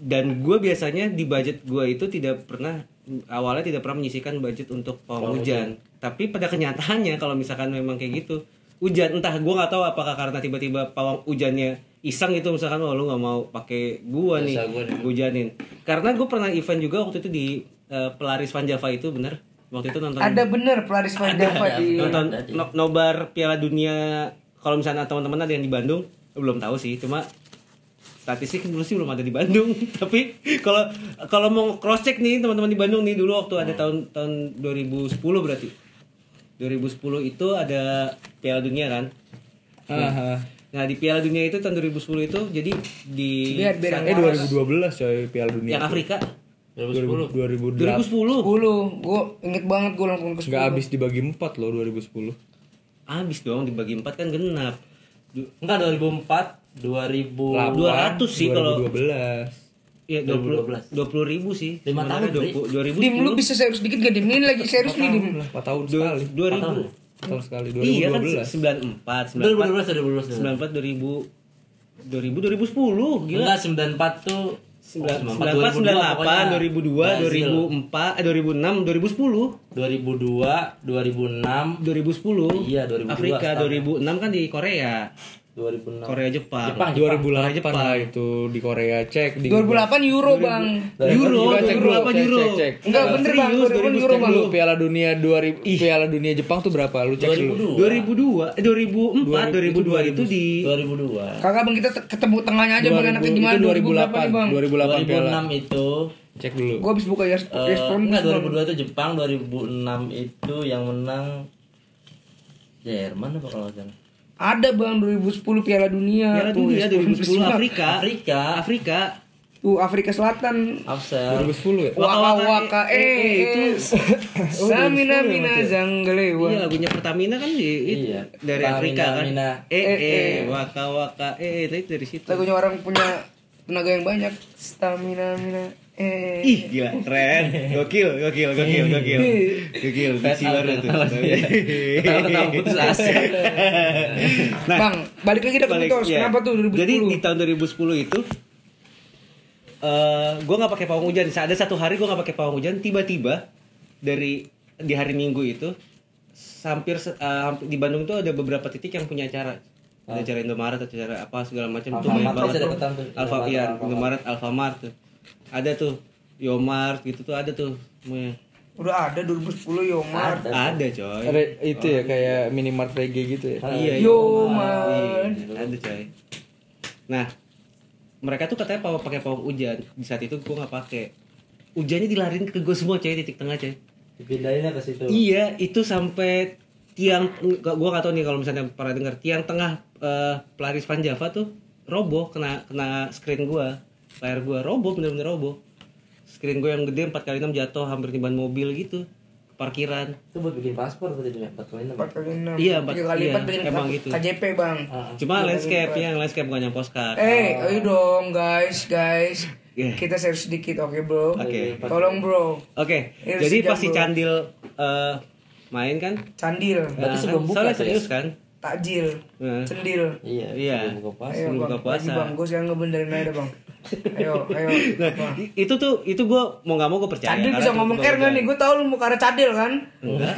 S1: dan gue biasanya di budget gue itu tidak pernah awalnya tidak pernah menyisihkan budget untuk pawang hujan tapi pada kenyataannya kalau misalkan memang kayak gitu hujan entah gue nggak tahu apakah karena tiba-tiba pawang hujannya iseng gitu misalkan oh lu nggak mau pakai gua nih
S3: Biasa gua nih.
S1: gua hujanin karena gue pernah event juga waktu itu di eh, pelaris Van Java itu bener waktu itu nonton
S2: Ada bener pelaris Van Java di
S1: nonton no- nobar Piala Dunia kalau misalnya teman-teman ada yang di Bandung belum tahu sih cuma statistik dulu sih belum ada di Bandung <laughs> tapi kalau kalau mau cross check nih teman-teman di Bandung nih dulu waktu ada tahun tahun 2010 berarti 2010 itu ada Piala Dunia kan
S4: Ah, ah.
S1: nah di Piala Dunia itu tahun 2010 itu jadi di
S2: Biar- biar
S1: sana-
S4: Eh 2012 coy Piala Dunia.
S1: yang Afrika
S3: 2010.
S1: 2010
S4: 2008
S2: 10 Gue inget banget gue langsung ke 10
S4: nggak habis dibagi 4 loh 2010
S1: habis dong dibagi empat kan genap Du-
S3: Enggak 2004, 2000
S1: 200 sih kalau
S4: 2012
S1: Iya, 20 20 ribu sih.
S3: Lima
S1: Sebenarnya
S3: tahun,
S1: 20 20 ribu.
S2: Dim lu bisa serius dikit gak Dim? Ini lagi serius nih Dim
S4: 4 tahun sekali
S1: 2000. ya? kan
S4: Empat tahun sekali
S1: Iya kan
S4: 2012
S1: 94, 94, 94 2000 2000 2010
S3: 2012 2012.
S1: gila.
S3: Enggak Oh, 94 tuh
S1: 94 98 2002 2004 eh 2006 2010
S3: 2002 2006
S1: 2010
S3: Iya, 2002
S1: Afrika
S3: setahun.
S1: 2006 kan di Korea
S3: 2006
S1: Korea Jepang
S3: Jepang, Jepang.
S4: 2008 lah itu di Korea cek di
S2: 2008 Euro bang
S1: Euro
S4: Euro, cek dulu,
S1: 2008 Euro
S4: cek, cek, cek.
S2: enggak bener bang
S1: serius,
S2: 2008 Euro
S4: Cek
S2: bang
S4: dulu Piala Dunia 2000 Piala Dunia Jepang tuh berapa? Lu cek dulu.
S1: 2002 eh 2004 2002 itu di
S3: 2002
S2: kakak bang kita ketemu tengahnya aja bang enaknya gimana 2008 nih bang
S4: 2008 Piala.
S3: 2006 itu
S4: Cek dulu.
S2: gue habis buka ya
S3: eh,
S2: respon
S3: enggak 2002 itu Jepang 2006 itu yang menang Jerman apa kalau nggak salah
S2: ada bang 2010 Piala Dunia
S1: Piala
S2: tuh,
S1: Dunia 2010
S2: respon respon.
S1: Afrika
S3: Afrika.
S1: Afrika
S2: tuh Afrika Selatan
S3: Afsel
S4: 2010 ya?
S2: waka waka eh itu
S1: <laughs>
S2: samina mina
S1: Oh, Iya
S2: zanggelewa
S1: lagunya Pertamina kan di
S3: Iya.
S1: dari
S3: Pertamina,
S1: Afrika kan.
S3: Mina.
S1: Eh eh, waka waka eh eh, itu dari situ.
S2: lagunya orang punya tenaga yang banyak stamina mina eh
S1: Ih gila keren. Gokil gokil gokil gokil. Gokil diksi baru tuh.
S3: Tahu-tahu putus asa.
S1: Nah,
S2: bang balik lagi dah ke
S1: balik,
S2: mitos
S1: iya.
S2: kenapa tuh 2010
S1: Jadi di tahun 2010 itu eh gue nggak pakai pawang hujan. Ada satu hari gue nggak pakai pawang hujan. Tiba-tiba dari di hari Minggu itu, hampir se- eh, hampir- di Bandung tuh ada beberapa titik yang punya acara.
S2: Ah.
S1: Ada acara Indomaret, atau acara apa segala macam. Itu
S3: Alfamart
S1: banyak
S3: aja
S1: banget.
S3: deketan tuh,
S1: Alfa,
S3: Indomaret,
S1: iya,
S3: Alfamart.
S1: Indomaret, Alfamart tuh. Ada tuh Yomart gitu tuh ada tuh semuanya.
S2: udah ada 2010 Yomar
S1: Ada coy.
S4: Re- itu ya kayak minimart reggae gitu ya.
S1: Iya, iya.
S2: Yomar
S1: Iya, ada coy. Nah, mereka tuh katanya pawang pakai pawang hujan. Di saat itu gue nggak pakai. Hujannya dilarin ke gue semua coy titik tengah coy.
S3: dipindahinnya ke situ
S1: Iya, itu sampai tiang gue nggak tahu nih kalau misalnya para dengar tiang tengah eh, pelaris Van Java tuh roboh kena kena screen gue, layar gue roboh bener-bener roboh. Screen gue yang gede 4 kali 6 jatuh hampir tiban mobil gitu ke parkiran.
S3: itu buat bikin paspor berarti dulu ya, empat kali enam.
S2: empat kali enam
S1: Iya, empat-
S2: tiga kali
S1: iya,
S2: empat bikin
S1: emang
S2: K-
S1: gitu.
S2: KJP bang
S1: Cuma landscape yang landscape bukan yang postcard.
S2: eh ayo dong guys guys
S1: Iya.
S2: kita share sedikit oke bro
S1: Oke.
S2: tolong bro
S1: Oke,
S2: Iya,
S1: jadi
S2: sejam
S1: pas si
S2: dulu.
S1: Candil eh, main kan?
S2: candil
S1: Nah, kan,
S3: sebelum buka
S1: soalnya
S3: tuh ya?
S1: serius kan?
S2: takjil
S1: Nah.
S2: cendil
S3: iya
S1: Iya.
S3: sebelum buka pas
S2: ayo
S1: sebelum
S2: bang
S1: buka puasa.
S2: lagi bang gue sekarang ngebenerin aja
S1: <laughs>
S2: bang ayo ayo
S1: Nah,
S2: Bang.
S1: i- itu tuh itu gue mau nggak mau gue percaya.
S2: Candil bisa ngomong R gak nih? Gue tau lu mau karena cadil kan?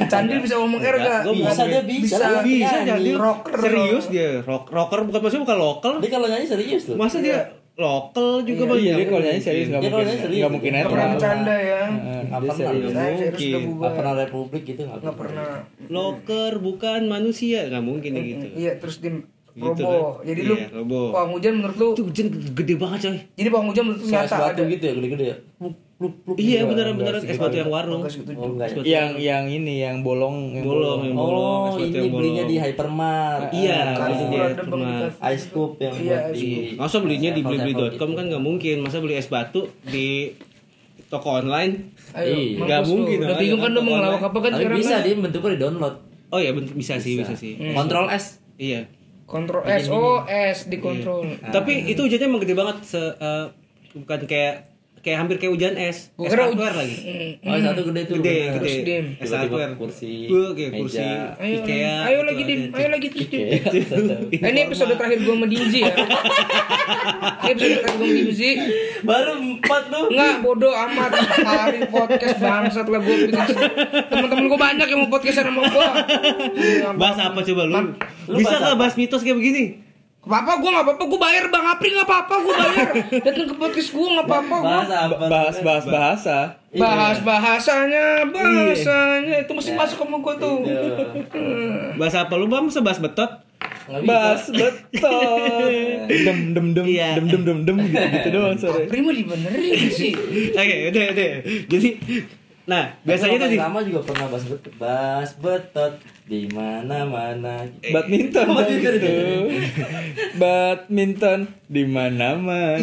S2: Candil bisa ngomong R
S1: Enggak,
S2: gak?
S1: gua bisa, dia
S3: bisa.
S2: Bisa,
S3: Gua
S1: Bisa
S3: Nyanyi.
S1: Candil
S2: Iya, Rocker.
S1: serius dia rock, rocker bukan maksudnya bukan lokal.
S3: dia kalau nyanyi serius tuh
S1: Masa dia lokal juga Bang?
S4: Iya, dia kalau nyanyi serius enggak
S3: Dia kalau
S4: mungkin.
S3: nyanyi serius.
S4: Enggak mungkin
S3: Nggak
S4: netral.
S2: Pernah
S3: Nggak
S2: bercanda ya?
S4: Heeh,
S3: Nggak
S4: dia
S3: pernah.
S4: serius.
S1: Nggak
S2: Saya serius udah
S1: mungkin.
S2: bubar
S3: nggak pernah republik gitu nggak
S2: Gak
S3: pernah
S2: pernah
S1: Loker bukan manusia nggak mungkin ya gitu.
S2: Iya terus di
S1: Gitu
S2: robo
S1: kan?
S2: Jadi lu
S1: Iya, robo.
S2: Pawang hujan menurut lu
S1: Itu hujan gede banget coy.
S2: Jadi pawang hujan menurut lu
S3: Soal
S2: nyata
S3: sepatu
S2: ada
S3: gitu ya gede-gede ya Pluk, pluk, pluk.
S1: Iya beneran beneran es batu yang warung.
S2: Enggak segitu
S3: oh
S2: juga.
S3: enggak ya
S4: Yang yang ini yang bolong yang
S1: Bolong yang bolong. es
S3: oh
S1: batu
S3: ini
S1: yang
S3: belinya
S1: bolong.
S3: di hypermart
S1: Iya, itu
S2: Kan
S1: dia.
S2: kurang ada bang di
S1: cuma-
S2: kafe.
S3: ice cube yang
S2: Iya, gitu.
S3: buat
S2: ice
S3: di
S1: Gitu.
S3: gitu.
S1: Masa belinya di blibli.com
S3: Level-level
S1: kan nggak mungkin. Masa beli es batu di toko online?
S2: Ayo
S3: Iya.
S2: mampus
S1: Nggak
S2: lu.
S1: mungkin,
S2: Udah
S1: ayo,
S2: bingung kan lu mau
S1: online.
S2: ngelawak apa
S3: gitu.
S2: kan
S3: tapi
S2: sekarang
S3: bisa
S2: kan?
S3: dia bentuknya di download
S1: Oh ya bentuk bisa sih, bisa sih.
S3: kontrol S
S1: Iya.
S2: Kontrol S Oh S dikontrol
S1: Tapi itu hujannya emang gede banget se eh, bukan kayak kayak hampir kayak hujan es.
S2: Gua
S1: es
S2: kira Mm,
S1: hardware lagi.
S3: oh
S2: Hmm.
S3: satu gede tuh
S1: Gede,
S3: bener.
S1: gede.
S2: Dim.
S1: Es
S3: Tiba-tiba
S1: hardware.
S3: kursi,
S1: Gua kayak
S3: meja.
S1: kursi
S2: Ayo,
S1: IKEA.
S2: ayo
S1: gitu
S2: lagi dim,
S1: ada.
S2: ayo lagi terus dim.
S1: Itu.
S2: Eh, ini episode terakhir gue sama
S1: <laughs>
S2: Dimzi ya. ini episode terakhir gue sama Dimzi.
S3: <laughs> baru empat tuh
S2: Enggak, bodoh amat. Hari podcast bangsat lah gue bikin. se- Temen-temen gue banyak yang mau podcast sama gue.
S1: Bahas apa coba lu?
S2: Man-
S3: lu
S1: Bisa
S3: bahas
S1: nggak bahas mitos kayak begini?
S2: Apa gue nggak apa-apa, gue bayar bang Apri nggak apa-apa, gue bayar. Datang ke podcast gue nggak apa-apa. gua.
S3: bahasa apa
S4: bahas bahas bahasa.
S3: iya.
S2: Bahas bahasanya, bahasanya itu mesti masuk sama gue tuh.
S3: Iya.
S1: Bahas apa lu Bang? Masa bahas betot?
S4: Bahas betul. Dem dem dem
S1: Iya.
S4: dem dem dem dem gitu, gitu doang sore.
S2: Apri mah dibenerin sih.
S1: Oke, udah, udah. Jadi nah, biasanya tuh di-
S3: lama juga pernah bahas betot bahas betot di mana mana
S4: Eh. Badminton
S3: Oh,
S4: dong
S3: badminton.
S4: gitu. Badminton di mana-mana.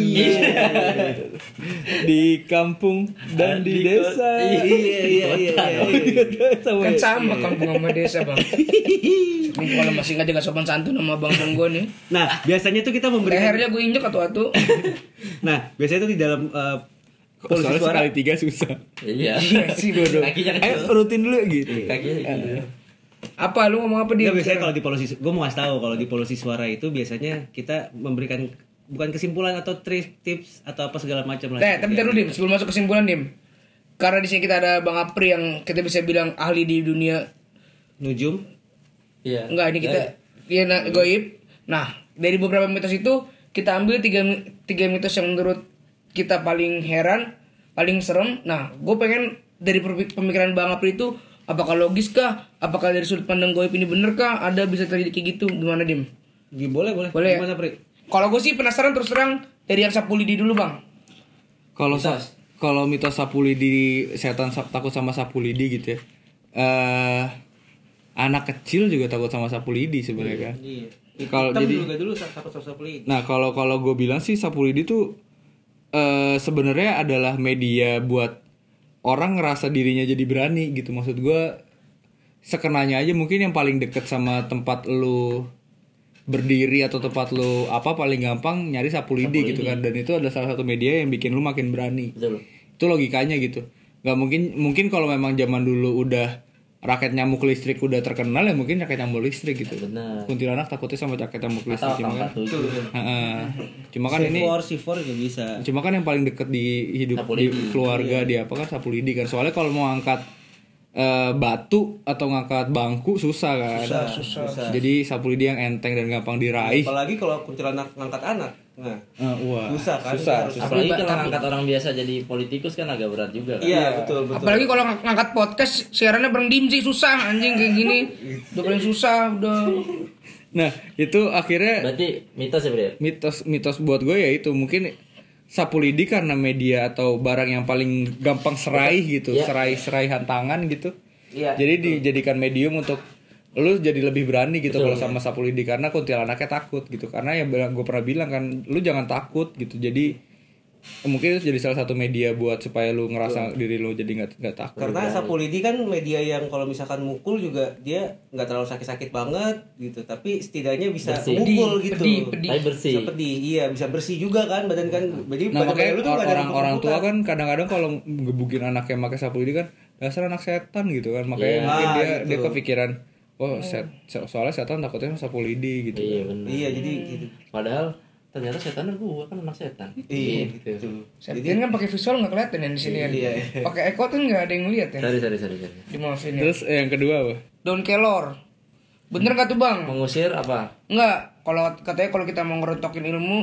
S4: di kampung dan di,
S3: Di ko-
S4: desa. <laughs>
S1: Iya, iya, iya, iya, iya.
S4: Sama
S2: Kan
S4: ya.
S2: sama kampung sama desa bang. Ini kalau masih nggak jaga sopan santun sama bang bang gue nih.
S1: Nah, biasanya tuh kita memberikan
S2: Lehernya gue injek atau atuh.
S1: Nah, biasanya tuh di dalam eh, polusi
S4: Soalnya
S1: suara
S4: sekali tiga susah.
S3: iya
S2: sih bodoh. Eh.
S3: kakinya
S4: Eh, rutin dulu gitu.
S3: kakinya gitu.
S2: Apa lu ngomong apa dia?
S1: Nggak, biasanya kalau di polusi gue mau ngasih tahu kalau di polusi suara itu biasanya kita memberikan bukan kesimpulan atau tips tips atau apa segala macam lah.
S2: Nah, tapi taruh Dim, sebelum masuk kesimpulan Dim. Karena di sini kita ada Bang Apri yang kita bisa bilang ahli di dunia
S1: Nujum.
S3: Iya.
S2: enggak ini kita ya na- goib. Nah, dari beberapa mitos itu kita ambil tiga mi- tiga mitos yang menurut kita paling heran, paling serem. Nah, gue pengen dari perpi- pemikiran Bang Apri itu apakah logis kah? Apakah dari sudut pandang goib ini bener kah? Ada bisa terjadi kayak gitu gimana Dim?
S1: Gi- Boleh boleh.
S2: Boleh ya?
S1: Gimana Pri?
S2: Kalau gue sih penasaran terus terang dari yang Sapulidi dulu Bang.
S4: Kalau sa- kalau mitos Sapulidi setan sap- takut sama Sapulidi gitu ya. Eh anak kecil juga takut sama Sapulidi sebenarnya kan.
S1: Iya.
S4: Kalau
S1: Hitam
S4: jadi
S1: juga dulu sa- takut sama sapuli.
S4: Nah kalau kalau gue bilang sih Sapulidi tuh eh, sebenarnya adalah media buat orang ngerasa dirinya jadi berani gitu maksud gue sekenanya aja mungkin yang paling deket sama tempat lu berdiri atau tempat lu apa paling gampang nyari Sapulidi, gitu kan dan itu adalah salah satu media yang bikin lu makin berani
S3: Betul.
S4: itu logikanya gitu nggak mungkin mungkin kalau memang zaman dulu udah raket nyamuk listrik udah terkenal ya mungkin raket nyamuk listrik gitu
S3: Benar.
S4: kuntilanak takutnya sama raket nyamuk
S3: Atau
S4: listrik cuma kan
S3: empat tujuh.
S4: Heeh. cuma kan ini
S1: Sifor sifor juga bisa.
S4: cuma kan yang paling deket di hidup di keluarga
S3: Iya.
S4: di apa kan sapulidi kan soalnya kalau mau angkat eh, batu atau ngangkat bangku susah kan jadi sapulidi yang enteng dan gampang diraih
S6: apalagi kalau kuntilanak ngangkat anak nah
S4: Eh,
S1: Ah,
S4: wah
S6: susah kan
S4: susah,
S6: Harus-
S4: susah.
S3: Apalagi kalau ngangkat orang biasa jadi politikus kan agak berat juga kan.
S6: iya betul betul
S2: Apalagi kalau ng- ngangkat podcast siarannya bareng Dim sih susah anjing kayak gini.
S6: Gitu.
S2: Udah paling susah udah.
S4: nah itu akhirnya
S3: Berarti mitos ya, Bro.
S4: mitos mitos buat gue ya itu mungkin sapulidi karena media atau barang yang paling gampang seraih gitu serai seraihan tangan gitu jadi dijadikan medium untuk lu jadi lebih berani gitu kalau sama sapulidi karena kuntilanaknya takut gitu karena ya gue pernah bilang kan lu jangan takut gitu jadi mungkin itu jadi salah satu media buat supaya lu ngerasa diri lu jadi nggak nggak takut
S6: karena sapulidi kan media yang kalau misalkan mukul juga dia nggak terlalu sakit-sakit banget gitu tapi setidaknya bisa
S3: Bersih.
S6: mukul gitu
S2: pedih, pedih.
S3: Tapi bersih.
S6: Bisa pedih, iya bisa bersih juga kan badan kan jadi
S4: Nah
S6: badan-
S4: makanya
S6: badan
S4: or-
S6: nggak ada
S4: orang orang tua
S6: remuk-remukan.
S4: kan kadang-kadang kalau ngebukin anaknya pakai sapu ini kan dasar anak setan gitu kan
S6: Iya,
S4: makanya mungkin dia
S6: gitu.
S4: dia kepikiran oh set so- soalnya setan takutnya sama sapu lidi gitu
S3: Iya, benar.
S6: iya jadi gitu
S3: Padahal ternyata setan gua kan anak setan.
S6: iya
S3: Gitu.
S6: gitu
S2: Septian kan pakai visual nggak kelihatan yang di sini kan.
S6: Iya,
S2: Pakai Eko tuh nggak ada yang ngeliat ya.
S3: Sorry, sorry, sorry, sorry.
S2: Dimaafin ya.
S4: terus eh, yang kedua apa
S2: Don Kelor. Bener nggak tuh bang?
S3: Mengusir apa?
S2: Nggak. Kalau katanya kalau kita mau ngerontokin ilmu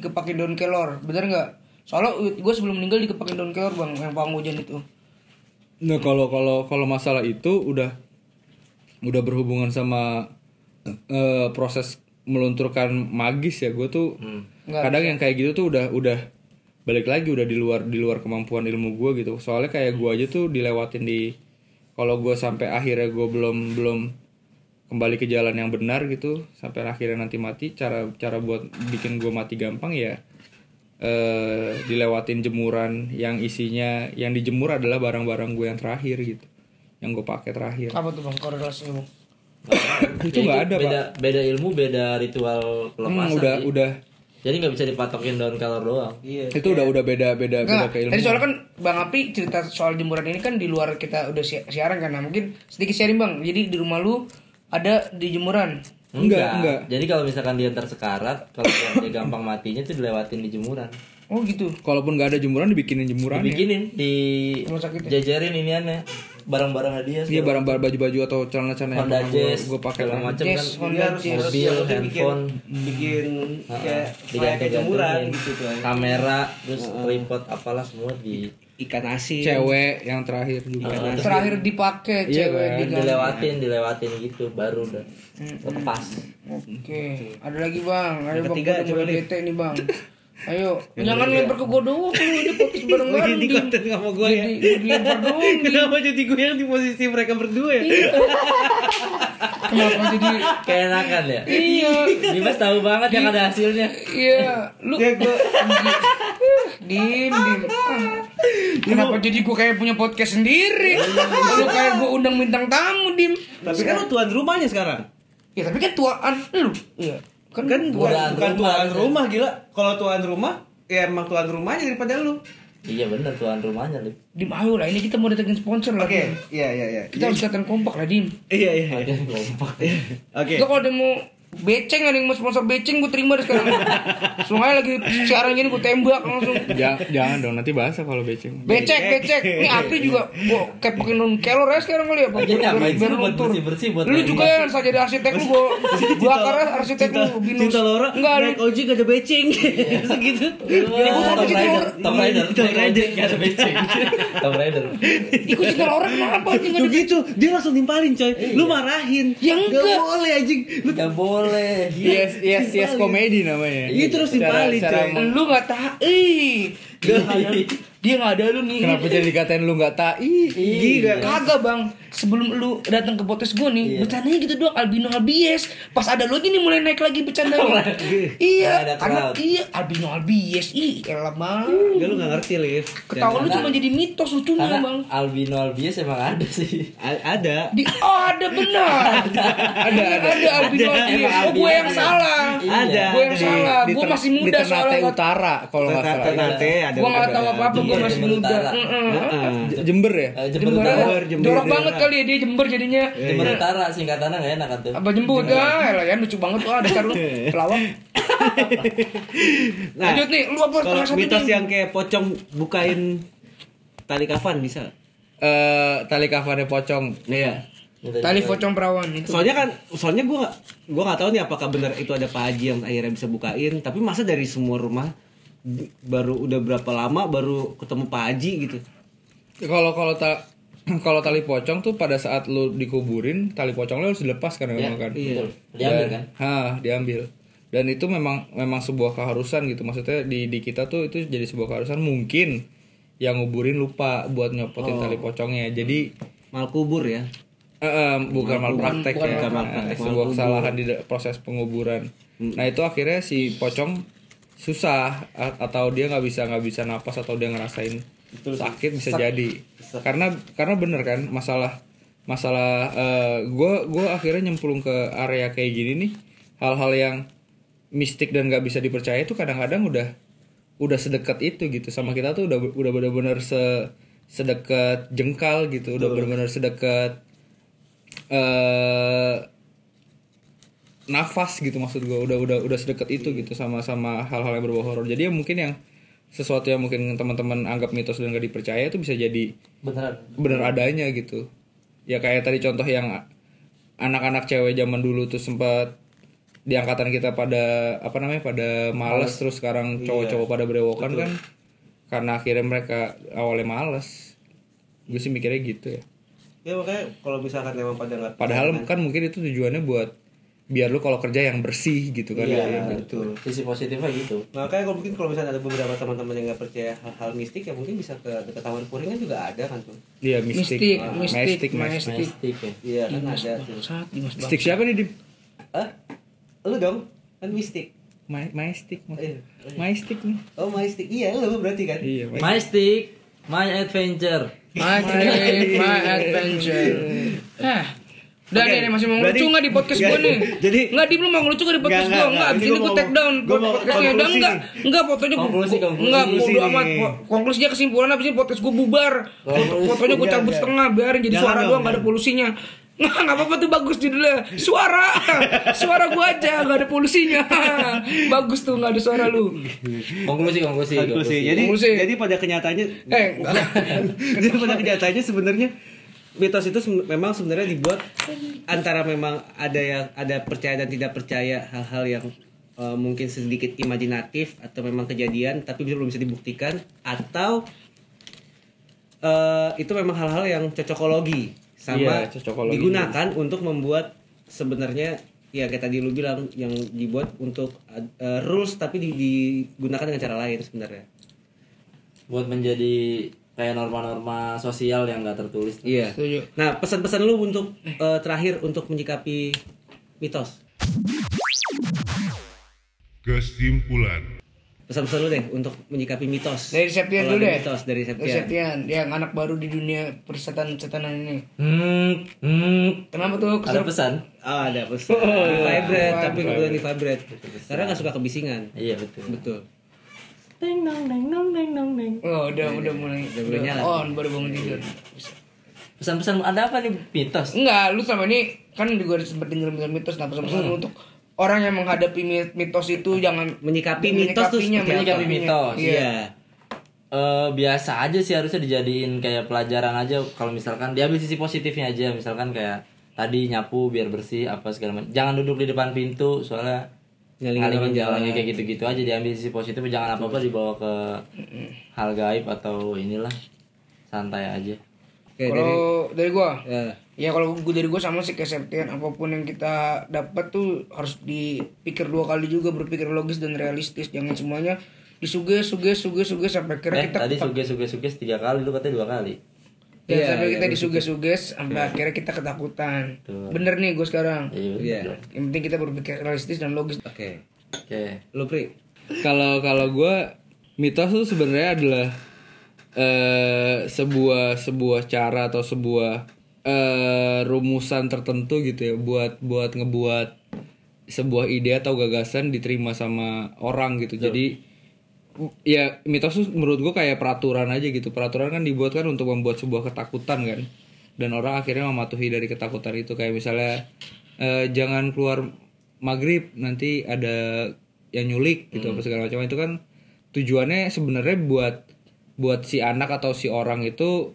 S2: dikepakin Don Kelor. Bener nggak? Soalnya gue sebelum meninggal dikepakin Don Kelor bang yang pawang hujan itu.
S4: nah kalau kalau kalau masalah itu udah udah berhubungan sama eh, proses melunturkan magis ya gue tuh kadang yang kayak gitu tuh udah udah balik lagi udah di luar di luar kemampuan ilmu gue gitu soalnya kayak gue aja tuh dilewatin di kalau gue sampai akhirnya gue belum belum kembali ke jalan yang benar gitu sampai akhirnya nanti mati cara cara buat bikin gue mati gampang ya eh dilewatin jemuran yang isinya yang dijemur adalah barang-barang gue yang terakhir gitu yang gue pakai terakhir
S2: Apa tuh bang korelasinya bang?
S4: <laughs> itu
S3: Ya,
S4: nggak ada
S3: beda,
S4: pak
S3: Beda ilmu, beda ritual
S4: Hmm,
S3: pelepasan.
S4: udah
S3: sih.
S4: udah
S3: Jadi nggak bisa dipatokin daun color doang.
S4: itu udah udah beda beda beda
S2: Enggak,
S4: ke ilmu
S2: tadi soalnya kan Bang Api cerita soal jemuran ini kan di luar kita udah si- siaran kan. Nah, mungkin sedikit sharing Bang. Jadi di rumah lu ada di jemuran.
S4: Enggak, enggak.
S3: Jadi kalau misalkan diantar sekarat, kalau dia gampang matinya tuh dilewatin di jemuran.
S2: Oh gitu.
S4: kalaupun nggak ada jemuran dibikinin jemuran ya
S3: Bikinin di
S2: Rumah sakit
S3: jajarin iniannya barang-barang
S4: iya
S3: hadiah segala-
S4: barang-barang baju-baju atau celana-celana yang
S3: Honda
S4: gue
S3: Jazz,
S4: gue pakai
S3: segala macam kan.
S2: Yes,
S4: Iya,
S6: jadi
S2: Honda
S6: harus
S2: Jazz.
S6: harus
S3: Mobil,
S6: yang penting bikin
S3: handphone.
S6: bikin kayak kayak jemuran
S3: Digantung-gantungin.
S6: gitu
S4: ya.
S6: kan
S3: Kamera, terus tripod apalah semua di
S1: Ikan asin.
S4: cewek yang terakhir
S3: <laughs>
S4: juga
S2: Terakhir dipakai
S4: Iya,
S2: cewek
S4: kan?
S2: di gang.
S3: dilewatin, dilewatin gitu baru udah lepas.
S2: Oke. Ada lagi Bang. Ayo Bang,
S1: ketiga,
S2: gua udah
S1: coba
S2: mulai bete nih <laughs> Bang. Ayo, jangan lempar ke gua doang lu ini podcast bareng-bareng.
S1: Jadi
S2: Dim.
S1: konten nggak mau gue ya.
S2: Jadi gua dilempar doang. Dim.
S1: Kenapa jadi gue yang di posisi mereka berdua ya?
S2: Kenapa jadi
S3: Kayak enakan ya.
S2: Iya.
S3: Dimas tahu banget yang ada hasilnya.
S2: Iya, lu ya gua Dim, <laughs> Dim. Ah. Kenapa jadi gua kayak punya podcast sendiri? lu kayak gua undang bintang tamu, Dim.
S1: Tapi kan lu tuan rumahnya sekarang.
S2: Ya tapi kan tuaan lu. Iya. Kan
S6: kan bukan,
S3: Tuan
S6: bukan
S3: rumah.
S6: tuan rumah gila kalau tuan rumah ya emang tuan rumahnya daripada lu
S3: Iya bener tuan rumahnya Lip.
S2: Dim ayo lah ini kita mau datengin sponsor lah.
S6: oke
S2: Dim.
S6: iya iya iya
S2: Kita harus kelihatan kompak lah, Dim.
S1: Iya iya.
S3: Ada yang kompak.
S1: Oke.
S2: Lu kalau dia mau Beceng ada yang mau sponsor beceng gue terima deh sekarang. Sungai lagi siaran gini gue tembak langsung.
S4: jangan, jangan dong nanti bahasa kalau beceng
S2: Becek, becek. Ini Apri juga gua kayak pakai non kelor ya sekarang kali ya. Pak.
S3: Iya,
S2: Biar-
S3: ngapain sih
S2: biar
S3: lu buat
S2: luntur.
S3: bersih-bersih, buat
S2: Lu
S3: tadi.
S2: juga ya saja jadi arsitek lu
S3: <laughs>
S2: gua gua akarnya arsitek lu binus.
S1: Cinta Laura
S2: Enggak, lu-
S1: naik ojek gak ada becing <laughs> gitu. Iya. Segitu
S2: Ini gua
S3: Wah,
S2: takut
S3: Tomb
S2: cinta
S3: Raider,
S2: Laura.
S3: Tomb Raider,
S1: Tomb Raider.
S3: Tomb Raider, nggak ada beceng. Tomb Raider.
S2: Ikut cinta Laura kenapa anjing
S1: Tuh
S2: ada
S3: <laughs>
S1: gitu, dia langsung nimpalin coy Lu marahin
S2: Iya. Ya enggak.
S1: Gak boleh anjing Lu
S3: Nggak boleh.
S4: yes yes
S1: Dibalik.
S4: yes komedi namanya
S1: Iya, terus
S4: Cara-
S1: dibalik,
S4: cara
S1: coy.
S4: meng-
S2: Lu nggak tahu. Ih, dia nggak ada- dia nggak ada lu nih.
S4: kenapa jadi dikatain lu nggak tai
S2: Iya.
S1: Gila
S2: Kagak bang, sebelum lu datang ke potes gue nih, bercandanya gitu doang albino albies. Pas ada lu aja nih mulai naik lagi bercanda.
S3: Ada
S2: iya, karena
S3: crowd.
S2: iya albino albies. Ih, elah bang.
S1: Enggak lu gak ngerti Liv
S2: Ketawa lu
S3: Karena-
S2: cuma jadi mitos lucunya
S3: Karena
S2: bang.
S3: albino albies emang ada sih.
S1: A- Ada
S2: Di, oh ada benar. ada, ada, albino
S1: Ada.
S2: albies.
S3: Emang Iya.
S2: Oh gue
S3: albino
S2: yang
S3: ada.
S2: salah.
S1: Ada.
S2: Gue yang
S1: Di-
S2: salah.
S4: Di
S2: Gue
S4: Ternate-
S2: masih muda
S4: di Ternate
S2: soalnya. gua-
S4: Utara kalau nggak salah
S1: Ternate ada
S2: Gue iya. nggak
S1: ada-
S2: tahu apa apa. Gue
S3: Iya,
S2: masih
S3: Jember
S2: muda.
S3: Utara.
S2: Mm-mm.
S1: Heeh.
S4: J- Jember ya
S3: Eh, Jember Iya.
S2: Jember,
S3: Utara.
S1: Jember
S2: jorok
S1: Utara.
S2: banget kali ya dia jember jadinya.
S3: Jember Utara singkatannya nggak enak kan tuh.
S2: Apa jembut ah, elah ya lucu banget tuh ah dasar lu pelawak.
S1: Nah,
S2: Lanjut nih, lu apa
S1: Kalau
S2: setengah satu
S1: mitos
S2: nih?
S1: yang kayak pocong bukain tali kafan bisa
S4: Eh, tali kafannya pocong
S1: Iya
S2: Tali pocong perawan itu.
S1: Soalnya kan, soalnya gue gak, gue gak tahu nih apakah benar itu ada Pak Haji yang akhirnya bisa bukain. Tapi masa dari semua rumah di- baru udah berapa lama baru ketemu Pak Haji gitu.
S4: kalau kalau ta- <clears throat> kalau tali pocong tuh pada saat lu dikuburin tali pocong lu harus dilepas karena memang kan
S3: Betul. Diambil kan.
S4: Ha, diambil. Dan itu memang memang sebuah keharusan gitu. Maksudnya di di kita tuh itu jadi sebuah keharusan mungkin yang nguburin lupa buat nyopotin tali pocongnya. Jadi
S1: Mal kubur ya.
S4: eh, eh, bukan malpraktek ya.
S1: bukan malpraktek,
S4: Eh, sebuah kesalahan di da- proses penguburan. Nah, itu akhirnya si pocong susah a- atau dia nggak bisa nggak bisa napas atau dia ngerasain sakit bisa jadi. Karena karena bener kan masalah masalah eh, gua gue akhirnya nyemplung ke area kayak gini nih hal-hal yang mistik dan nggak bisa dipercaya itu kadang-kadang udah udah sedekat itu gitu sama kita tuh udah udah benar-benar se sedekat jengkal gitu udah benar-benar sedekat eh nafas gitu maksud gue udah udah udah sedekat itu gitu sama sama hal-hal yang berbau horor jadi ya mungkin yang sesuatu yang mungkin teman-teman anggap mitos dan gak dipercaya itu bisa jadi
S3: Beneran.
S4: bener adanya gitu ya kayak tadi contoh yang anak-anak cewek zaman dulu tuh sempat di angkatan kita pada apa namanya pada males terus sekarang cowok-cowok pada berewokan kan karena akhirnya mereka awalnya males gue sih mikirnya gitu ya
S6: ya makanya kalau misalkan emang pada
S1: Iya,
S6: nggak
S4: padahal kan mungkin itu tujuannya buat biar lu kalau kerja yang bersih gitu kan
S6: iya
S4: ya.
S6: betul
S3: Sisi positifnya gitu.
S6: makanya kalau mungkin kalau misalnya ada beberapa teman-teman yang nggak percaya hal-hal mistik ya mungkin bisa ke ketahuan puring kan juga ada kan tuh
S4: Iya mistik.
S2: Mistik,
S4: Ah,
S2: mistik,
S4: mas-
S2: mistik.
S3: Mistik ya.
S6: iya kan ada tuh
S2: Saat Dimas Bang.
S4: Mistik siapa nih di?
S1: Iya.
S6: ah lu dong kan mistik
S4: My, mystik,
S6: Iya.
S4: mystik nih.
S6: oh mistik iya lu berarti kan
S4: Iya. my-
S3: My stick, my adventure.
S2: My trip, my adventure. Hah. Udah
S1: Oke,
S2: nih, nih, masih mau
S1: berarti-
S2: ngelucu nggak di podcast gue nih?
S1: Jadi-
S2: nggak di belum mau ngelucu nggak di podcast
S1: Nggak,
S2: gue?
S1: nggak,
S2: Nggak,
S1: nggak.
S2: di
S1: Ini
S2: sini
S1: gua
S2: gue
S1: mau-
S2: take down
S1: gua mau
S2: podcastnya. Udah
S1: konklusi
S2: nggak,
S1: nih.
S2: nggak fotonya gue.
S3: Konklusi, konklusi.
S2: Nggak, bodo
S1: Konklusi
S2: amat.
S1: nih.
S2: Po- Konklusinya kesimpulan abis ini podcast gue bubar. Fotonya gue cabut setengah, biarin jadi
S1: Iya, Jangan
S2: suara
S1: dong, ya.
S2: doang nggak ada polusinya. Nggak, nggak apa-apa tuh bagus judulnya Suara <laughs> Suara gue aja nggak ada polusinya <laughs> Bagus tuh nggak ada suara lu
S3: Konklusi,
S1: Konklusi.
S3: konklusi, konklusi.
S1: Jadi
S2: Konklusi.
S1: jadi pada kenyataannya
S2: Eh nggak.
S1: <laughs> jadi pada kenyataannya sebenarnya mitos itu sem- memang sebenarnya dibuat antara memang ada yang ada percaya dan tidak percaya hal-hal yang eh, mungkin sedikit imajinatif atau memang kejadian tapi belum bisa dibuktikan atau eh, itu memang hal-hal yang cocokologi sama
S4: Iya, cocokologi.
S1: digunakan untuk membuat sebenarnya ya kayak tadi lu bilang yang dibuat untuk eh, rules tapi di- digunakan dengan cara lain sebenarnya
S3: Buat menjadi kayak norma-norma sosial yang nggak tertulis.
S1: Iya. Nah, pesan-pesan lu untuk eh, terakhir untuk menyikapi mitos.
S7: Kesimpulan.
S1: Pesan-pesan lu deh untuk menyikapi mitos.
S2: Dari Septian
S1: Kalau
S2: dulu
S1: ada
S2: deh.
S1: Mitos dari
S2: Dari
S1: Septian.
S2: Septian, yang anak baru di dunia persetan-setanan ini.
S3: Hmm, hmm.
S2: Kenapa tuh
S3: Ada
S2: keserup?
S3: pesan?
S1: Oh, ada
S2: <laughs>
S1: pesan. vibrate, tapi gue di vibrate. Karena gak suka kebisingan.
S3: Iya betul.
S1: Betul.
S2: Oh, udah udah mulai.
S1: Udah mulai nyala.
S2: on baru bangun tidur.
S3: Pesan-pesan ada apa nih mitos?
S2: Enggak, lu sama ini kan juga udah sempet denger mitos mitos nah pesan-pesan lu untuk orang yang menghadapi mit- mitos itu jangan
S8: Menyikapi mitos tuh seperti
S2: menyikapinya,
S8: apa?
S3: Menyikapi mitos.
S2: Iya.
S3: Eh, biasa aja sih harusnya dijadiin kayak pelajaran aja kalau misalkan diambil sisi positifnya aja misalkan kayak tadi nyapu biar bersih apa segala macam jangan duduk di depan pintu soalnya
S8: Ngalingin orang
S3: ngalingin jalan kayak gitu-gitu aja diambil sisi positif jangan apa apa dibawa ke hal gaib atau inilah santai aja
S8: Oke,
S1: iya,
S2: Kalau
S8: dari-
S2: dari gua
S8: ya.
S1: eh,
S2: Ya kalau gue dari gue sama sih kayak Septian apapun yang kita dapat tuh harus dipikir dua kali juga berpikir logis dan realistis jangan semuanya disuges suges suges suges sampai akhirnya
S3: eh
S2: kita
S3: tadi suges suges suges tiga kali lu katanya dua kali
S2: ya, sampai kita disuges-suges sampai akhirnya kita ketakutan bener nih gue sekarang
S3: iya betul.
S2: yang penting kita berpikir realistis dan logis
S8: Oke.
S3: oke
S8: Lu Pri.
S4: Kalau kalau gua mitos tuh sebenarnya adalah eh sebuah sebuah cara atau sebuah eh rumusan tertentu gitu ya buat buat ngebuat sebuah ide atau gagasan diterima sama orang gitu. Jadi ya mitos tuh menurut gua kayak peraturan aja gitu. Peraturan kan dibuat kan untuk membuat sebuah ketakutan kan. Dan orang akhirnya mematuhi dari ketakutan itu kayak misalnya eh, jangan keluar maghrib nanti ada yang nyulik gitu apa segala macam itu kan tujuannya sebenarnya buat buat si anak atau si orang itu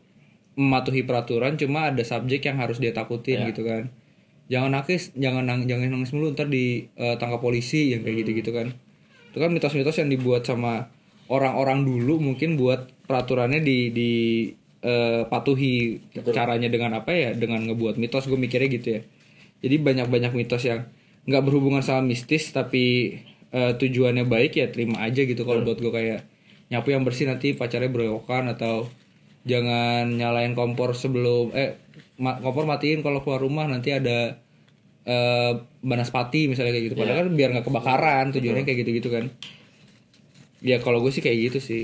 S4: mematuhi peraturan cuma ada subjek yang harus dia takutin gitu kan jangan nangis jangan nang- jangan nangis mulu ntar ditangkap polisi yang kayak gitu gitu kan itu kan mitos-mitos yang dibuat sama orang-orang dulu mungkin buat peraturannya di di eh, patuhi caranya dengan apa ya dengan ngebuat mitos gue mikirnya gitu ya jadi banyak-banyak mitos yang nggak berhubungan sama mistis tapi eh, tujuannya baik ya terima aja gitu kalau buat gue kayak nyapu yang bersih nanti pacarnya berewokan atau jangan nyalain kompor sebelum eh ma- kompor matiin kalau keluar rumah nanti ada eh banaspati misalnya kayak gitu padahal
S3: Iya.
S4: kan biar nggak kebakaran tujuannya kayak gitu gitu kan ya kalau gue sih kayak gitu sih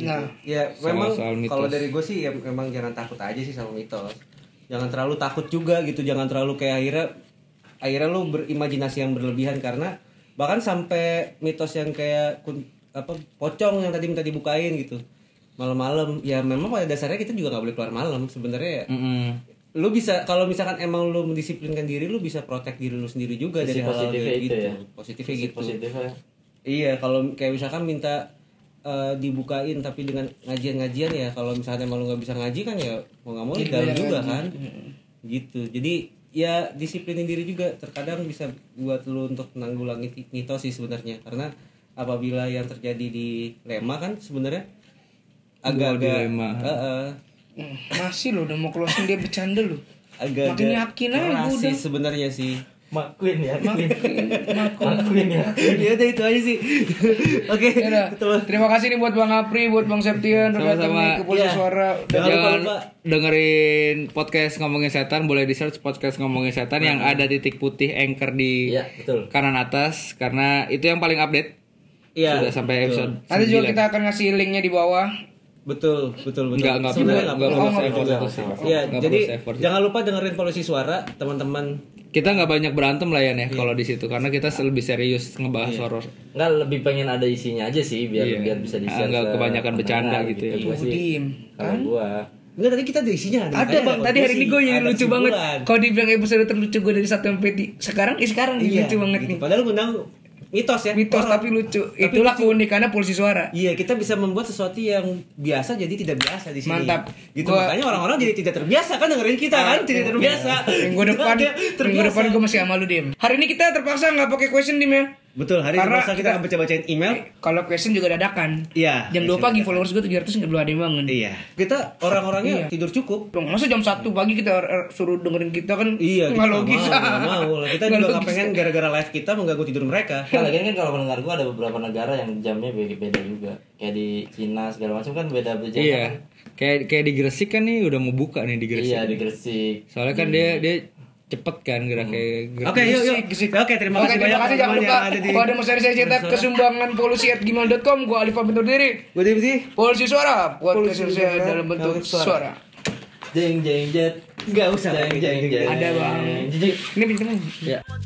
S2: nah
S1: ya
S4: Soal-
S1: memang
S4: soal mitos.
S1: kalau dari gue sih ya memang jangan takut aja sih sama mitos jangan terlalu takut juga gitu jangan terlalu kayak akhirnya akhirnya lu berimajinasi yang berlebihan karena bahkan sampai mitos yang kayak kun- apa pocong yang tadi minta dibukain gitu malam-malam ya memang pada dasarnya kita juga nggak boleh keluar malam sebenarnya ya lu bisa kalau misalkan emang lu mendisiplinkan diri lu bisa protek diri lu sendiri juga dari
S3: Sisi
S1: hal-hal
S3: positifnya
S1: kayak
S3: itu
S1: gitu
S3: ya.
S1: positifnya
S3: Sisi
S1: gitu
S3: positif ya.
S1: Iya, kalau kayak misalkan minta eh, dibukain tapi dengan ngajian-ngajian ya kalau misalnya emang lu nggak bisa ngaji kan ya mau nggak mau
S8: Iya,
S1: di dalam juga kan gitu jadi ya disiplinin diri juga terkadang bisa buat lu untuk menanggulangi ti- mitos sih sebenarnya karena apabila yang terjadi di lema kan sebenarnya agak-agak
S4: dilema.
S1: Eh, eh,
S2: Hmm, masih lo udah mau closing dia bercanda lo
S1: agak
S2: Makin yakin aja gua
S1: sih
S2: udah.
S1: sebenarnya sih
S3: Makuin ya, Makuin. ya.
S8: ya udah itu aja sih. Oke.
S2: Yaudah, terima kasih nih buat Bang Apri, buat Bang Septian udah datang
S4: Sama-sama.
S2: nih ke Polisi
S1: Iya.
S2: Suara.
S3: Ya,
S1: Jangan lupa,
S4: jangan
S1: lupa.
S4: dengerin podcast ngomongin setan boleh di search podcast ngomongin setan yang ada titik putih anchor di
S3: Iya, betul.
S4: kanan atas karena itu yang paling update
S1: Iya,
S4: sudah sampai episode
S2: Nanti juga kita akan ngasih linknya di bawah.
S1: betul betul betul
S4: Enggak, enggak perlu,
S1: Sebenarnya
S4: enggak
S1: nggak
S4: perlu
S1: perlu
S4: save
S1: juga.
S4: effort itu sih.
S1: Iya,
S4: Nggak
S1: jadi
S4: perlu save effort.
S1: jangan lupa dengerin polusi suara teman-teman
S4: kita nggak banyak berantem lah ya nih
S3: Iya.
S4: kalau di situ karena kita lebih serius ngebahas horor
S3: Nggak lebih pengen ada isinya aja sih biar
S4: Iya.
S3: biar bisa di-share
S4: Nggak
S3: ke
S4: kebanyakan bercanda
S3: pendengar
S4: gitu ya.
S3: Gua sih,
S2: Diem,
S3: Kalau gua
S1: Enggak tadi kita ada isinya
S2: Ada
S1: makanya
S2: bang, tadi hari ini
S1: kondisi.
S2: gue jadi
S1: Ada
S2: lucu
S1: kesimpulan.
S2: banget. Kalau dibilang episode terlucu gue dari satu sampai di sekarang, eh sekarang nih,
S1: Iya,
S2: lucu banget
S1: gitu.
S2: nih.
S1: Padahal ngundang mitos ya.
S2: Mitos
S1: Orang.
S2: tapi lucu. Itulah keunikannya polisi suara.
S1: Iya, kita bisa membuat sesuatu yang biasa jadi tidak biasa di sini.
S2: Mantap.
S1: Gitu
S2: Gua- Iya.
S1: makanya orang-orang jadi tidak terbiasa kan dengerin kita kan, tidak terbiasa.
S2: Minggu depan,
S1: Iya, Dia
S2: minggu
S1: terbiasa.
S2: depan gue masih sama lu dim. Hari ini kita terpaksa nggak pakai question dim ya.
S8: Betul, hari ini
S2: Karena
S8: masa kita akan baca-bacain email.
S2: Kalau question juga dadakan.
S8: Iya.
S2: Jam 2 pagi followers gue 700 nggak belum ada yang bangun.
S8: Iya.
S1: Kita orang-orangnya
S2: Eh, Iya.
S1: tidur cukup.
S2: Dong, masa jam 1 pagi kita er- er- suruh dengerin kita kan
S1: Iya, kita
S2: nggak
S1: nggak
S2: logis.
S1: mau, nggak mau. Lah, Kita
S2: <laughs> Nggak
S1: juga nggak
S2: logis.
S1: pengen gara-gara live kita mengganggu tidur mereka.
S3: Nah, lagian kan kalau pendengar gua ada beberapa negara yang jamnya beda, beda juga. Kayak di Cina segala macam kan beda beda jam.
S4: iya kayak kayak di Gresik kan nih udah mau buka nih di Gresik
S3: Iya, di Gresik.
S4: soalnya kan dia dia cepet kan geraknya
S3: Hmm.
S2: Gitu
S4: Gresik.
S8: Oke, yuk yuk. Oke, terima kasih banyak teman-teman
S2: Jangan lupa
S8: yang ada di
S2: kalau ada mau share saya cetak ke sumbangan polusi@gmail.com. Gua Alif pamit undur diri.
S8: Gue Dim sih.
S2: Polisi suara buat kesusahan dalam bentuk suara.
S3: Jeng jeng jet. Enggak usah. Jeng jeng jet.
S2: Ada, Bang.
S3: Jeng, jeng.
S2: Ini pinjaman.
S3: Ya.